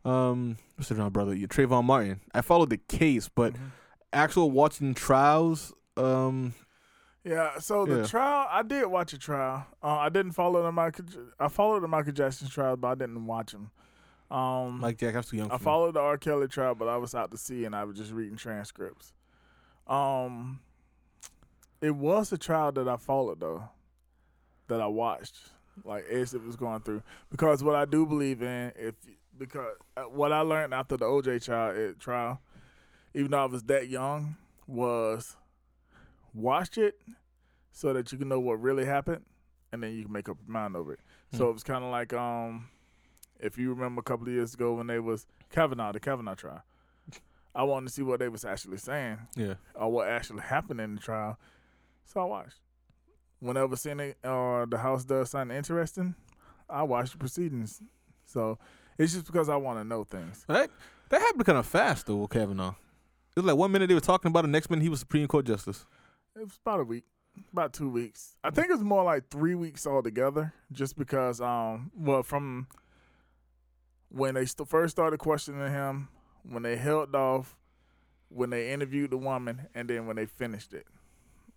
Speaker 2: um what's his name, brother? Yeah, Trayvon
Speaker 1: Mm-hmm.
Speaker 2: Martin. I followed the case, but
Speaker 1: Mhm.
Speaker 2: actual watching trials. Um,
Speaker 1: Yeah, so the
Speaker 2: Yeah.
Speaker 1: trial, I did watch a trial. Uh, I didn't follow the Michael. J- I followed the Michael Jackson trial, but I didn't watch him. Um,
Speaker 2: Mike Jack, I was too young.
Speaker 1: I
Speaker 2: for that.
Speaker 1: followed the R. Kelly trial, but I was out to sea and I was just reading transcripts. Um, it was a trial that I followed though, that I watched, like as it was going through. Because what I do believe in, if because uh, what I learned after the OJ trial, uh, trial, even though I was that young, was watch it so that you can know what really happened, and then you can make up your mind over it.
Speaker 2: Hmm.
Speaker 1: So it was kind of like um if you remember a couple of years ago when they was Kavanaugh, the Kavanaugh trial. I wanted to see what they was actually saying
Speaker 2: Yeah.
Speaker 1: or what actually happened in the trial. So I watched. Whenever Senate or the House does something interesting, I watch the proceedings. So it's just because I want to know things.
Speaker 2: That that happened kind of fast though with Kavanaugh. It was like one minute they were talking about it, next minute he was Supreme Court justice.
Speaker 1: It was about a week, about two weeks. I think it was more like three weeks altogether, just because, um, well, from when they st- first started questioning him, when they held off, when they interviewed the woman, and then when they finished it.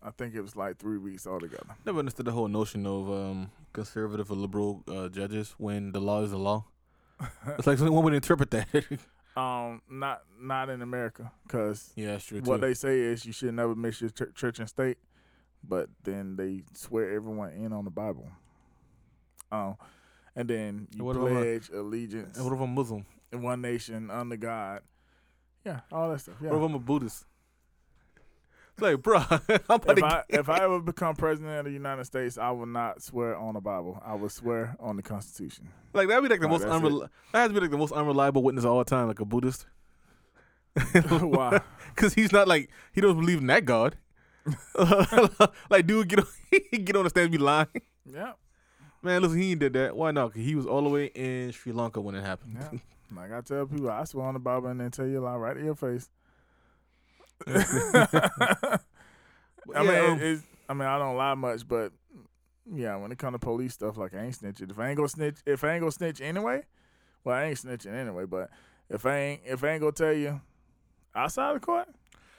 Speaker 1: I think it was like three weeks altogether.
Speaker 2: Never understood the whole notion of um, conservative or liberal uh, judges when the law is the law. it's like someone would interpret that.
Speaker 1: Um, not not in America, because
Speaker 2: yeah, that's true.
Speaker 1: what they say is you should never mix your chur- church and state, but then they swear everyone in on the Bible. Um, and then you
Speaker 2: What about my-
Speaker 1: pledge allegiance.
Speaker 2: what if I'm Muslim?
Speaker 1: in one nation under God. Yeah, all that stuff. Yeah.
Speaker 2: What if I'm a Buddhist? It's like, bro, I'm about
Speaker 1: If
Speaker 2: to
Speaker 1: I
Speaker 2: get-
Speaker 1: if I ever become president of the United States, I will not swear on the Bible. I will swear on the Constitution.
Speaker 2: like that'd be like the
Speaker 1: Nah,
Speaker 2: most
Speaker 1: that's
Speaker 2: unreli- that has to be like the most unreliable witness of all time, like a Buddhist,
Speaker 1: Why?
Speaker 2: because he's not like he doesn't believe in that God. like, dude, get on, get on the stand, and be lying.
Speaker 1: Yeah,
Speaker 2: Man, listen, he ain't did that. Why not? 'Cause he was all the way in Sri Lanka when it happened.
Speaker 1: yeah. Like I tell people, I swear on the Bible and then tell you a lie right in your face. I mean,
Speaker 2: Yeah, um,
Speaker 1: it- it's, I mean, I don't lie much, but yeah, when it comes to police stuff, like I ain't snitching. If I ain't gonna snitch, if I ain't gonna snitch anyway, well, I ain't snitching anyway. But if I ain't, if I ain't gonna tell you outside the court,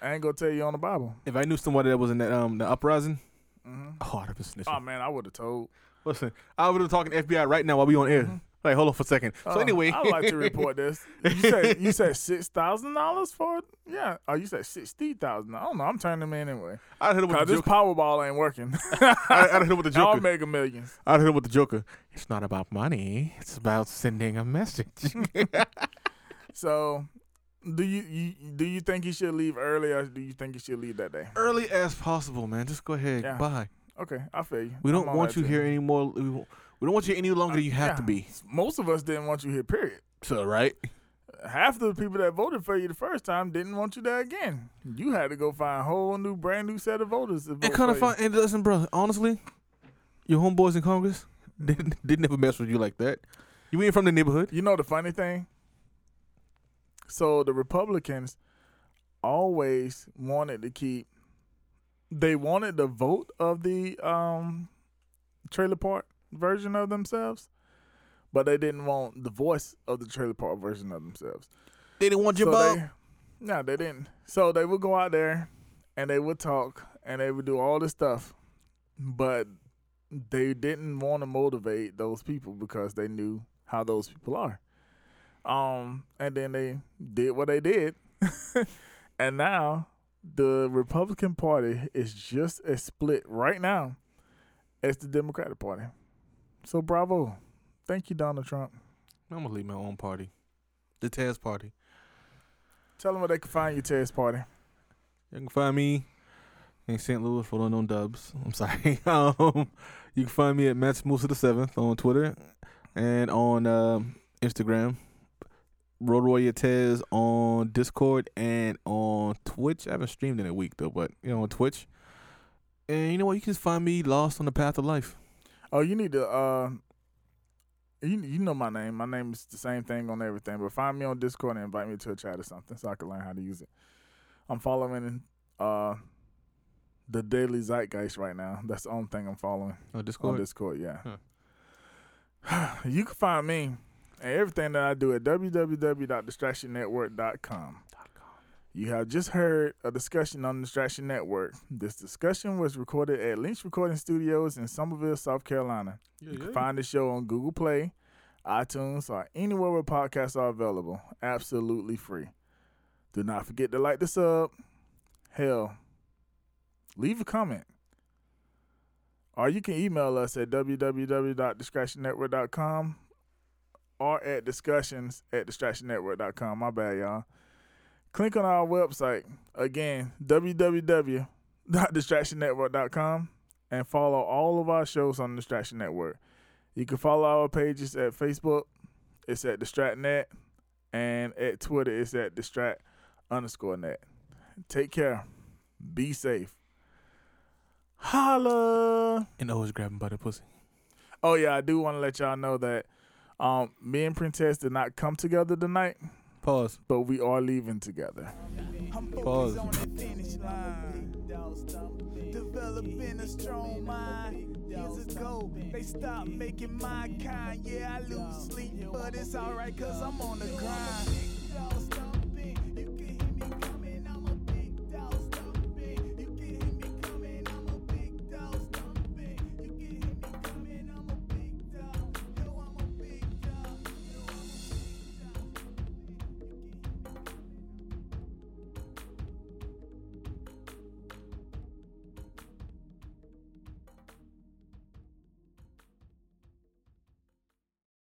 Speaker 1: I ain't gonna tell you on the Bible.
Speaker 2: if I knew somebody that was in that um the uprising,
Speaker 1: hmm
Speaker 2: oh, I'd have been snitching.
Speaker 1: Oh man, I would have told.
Speaker 2: listen, I would have been talking FBI right now while we on air. Like, hold on for a second.
Speaker 1: Mm-hmm. Uh,
Speaker 2: so anyway,
Speaker 1: I'd like to report this. You said you said six thousand dollars for it? Yeah. Oh, you said sixty thousand. I don't know. I'm turning them in anyway.
Speaker 2: I'd hit him
Speaker 1: Cause
Speaker 2: with the
Speaker 1: this
Speaker 2: Joker.
Speaker 1: Powerball ain't working.
Speaker 2: I'd, I'd hit him with the
Speaker 1: Y'all
Speaker 2: Joker.
Speaker 1: mega millions.
Speaker 2: I'd hit him with the Joker. It's not about money. It's about sending a message.
Speaker 1: So, do you, you do you think he should leave early, or do you think he should leave that day?
Speaker 2: Early as possible, man. Just go ahead.
Speaker 1: Yeah.
Speaker 2: Bye.
Speaker 1: Okay, I feel you.
Speaker 2: We
Speaker 1: I'm
Speaker 2: don't
Speaker 1: on
Speaker 2: want
Speaker 1: that
Speaker 2: you
Speaker 1: too.
Speaker 2: here anymore. We won't- we don't want you any longer. You have to
Speaker 1: Yeah.
Speaker 2: be.
Speaker 1: Most of us didn't want you here. Period.
Speaker 2: So right.
Speaker 1: Half the people that voted for you the first time didn't want you there again. You had to go find a whole new, brand new set of voters. To vote
Speaker 2: And kind of
Speaker 1: for you.
Speaker 2: fun. And listen, bro. Honestly, your homeboys in Congress didn't didn't ever mess with you like that. You ain't from the neighborhood.
Speaker 1: You know the funny thing? So the Republicans always wanted to keep they wanted the vote of the um trailer park version of themselves, but they didn't want the voice of the trailer park version of themselves.
Speaker 2: They didn't want your
Speaker 1: So
Speaker 2: vote.
Speaker 1: they, no, they didn't. So they would go out there and they would talk and they would do all this stuff, but they didn't want to motivate those people because they knew how those people are. Um, and then they did what they did, and now the Republican Party is just as split right now as the Democratic Party. So bravo, thank you, Donald Trump.
Speaker 2: I'm gonna leave my own party, the Taz party.
Speaker 1: Tell them where they can find your Tez party.
Speaker 2: You can find me in St. Louis for the unknown dubs. I'm sorry. um, you can find me at Matt Smooth the Seventh on Twitter and on um Instagram. Road Warrior Tez on Discord and on Twitch. I haven't streamed in a week though, but you know on Twitch. And you know what? You can just find me lost on the path of life.
Speaker 1: Oh, you need to. Uh, you you know my name. My name is the same thing on everything. But find me on Discord and invite me to a chat or something so I can learn how to use it. I'm following uh the Daily Zeitgeist right now. That's the only thing I'm following
Speaker 2: On
Speaker 1: on
Speaker 2: Discord.
Speaker 1: Discord. Yeah. you can find me and everything that I do at www.distractionnetwork.com. You have just heard a discussion on the Distraction Network. This discussion was recorded at Lynch Recording Studios in Somerville, South Carolina.
Speaker 2: Yeah,
Speaker 1: you can
Speaker 2: yeah.
Speaker 1: find the show on Google Play, iTunes, or anywhere where podcasts are available. Absolutely free. Do not forget to like the sub. Hell, leave a comment. Or you can email us at www.distractionnetwork.com or at discussions at distractionnetwork.com. My bad, y'all. Click on our website again, www.distractionnetwork.com, and follow all of our shows on Distraction Network. You can follow our pages at Facebook, it's at DistractNet, and at Twitter, it's at Distract underscore net. Take care. Be safe. Holla.
Speaker 2: And always grabbing by the pussy.
Speaker 1: Oh yeah, I do want to let y'all know that um, me and Princess did not come together tonight,
Speaker 2: Pause.
Speaker 1: but we are leaving together.
Speaker 2: Pause.
Speaker 5: finish line. Developing a strong mind. Years ago, they stopped making my kind. Yeah, I lose sleep, but it's alright, cause I'm on the grind.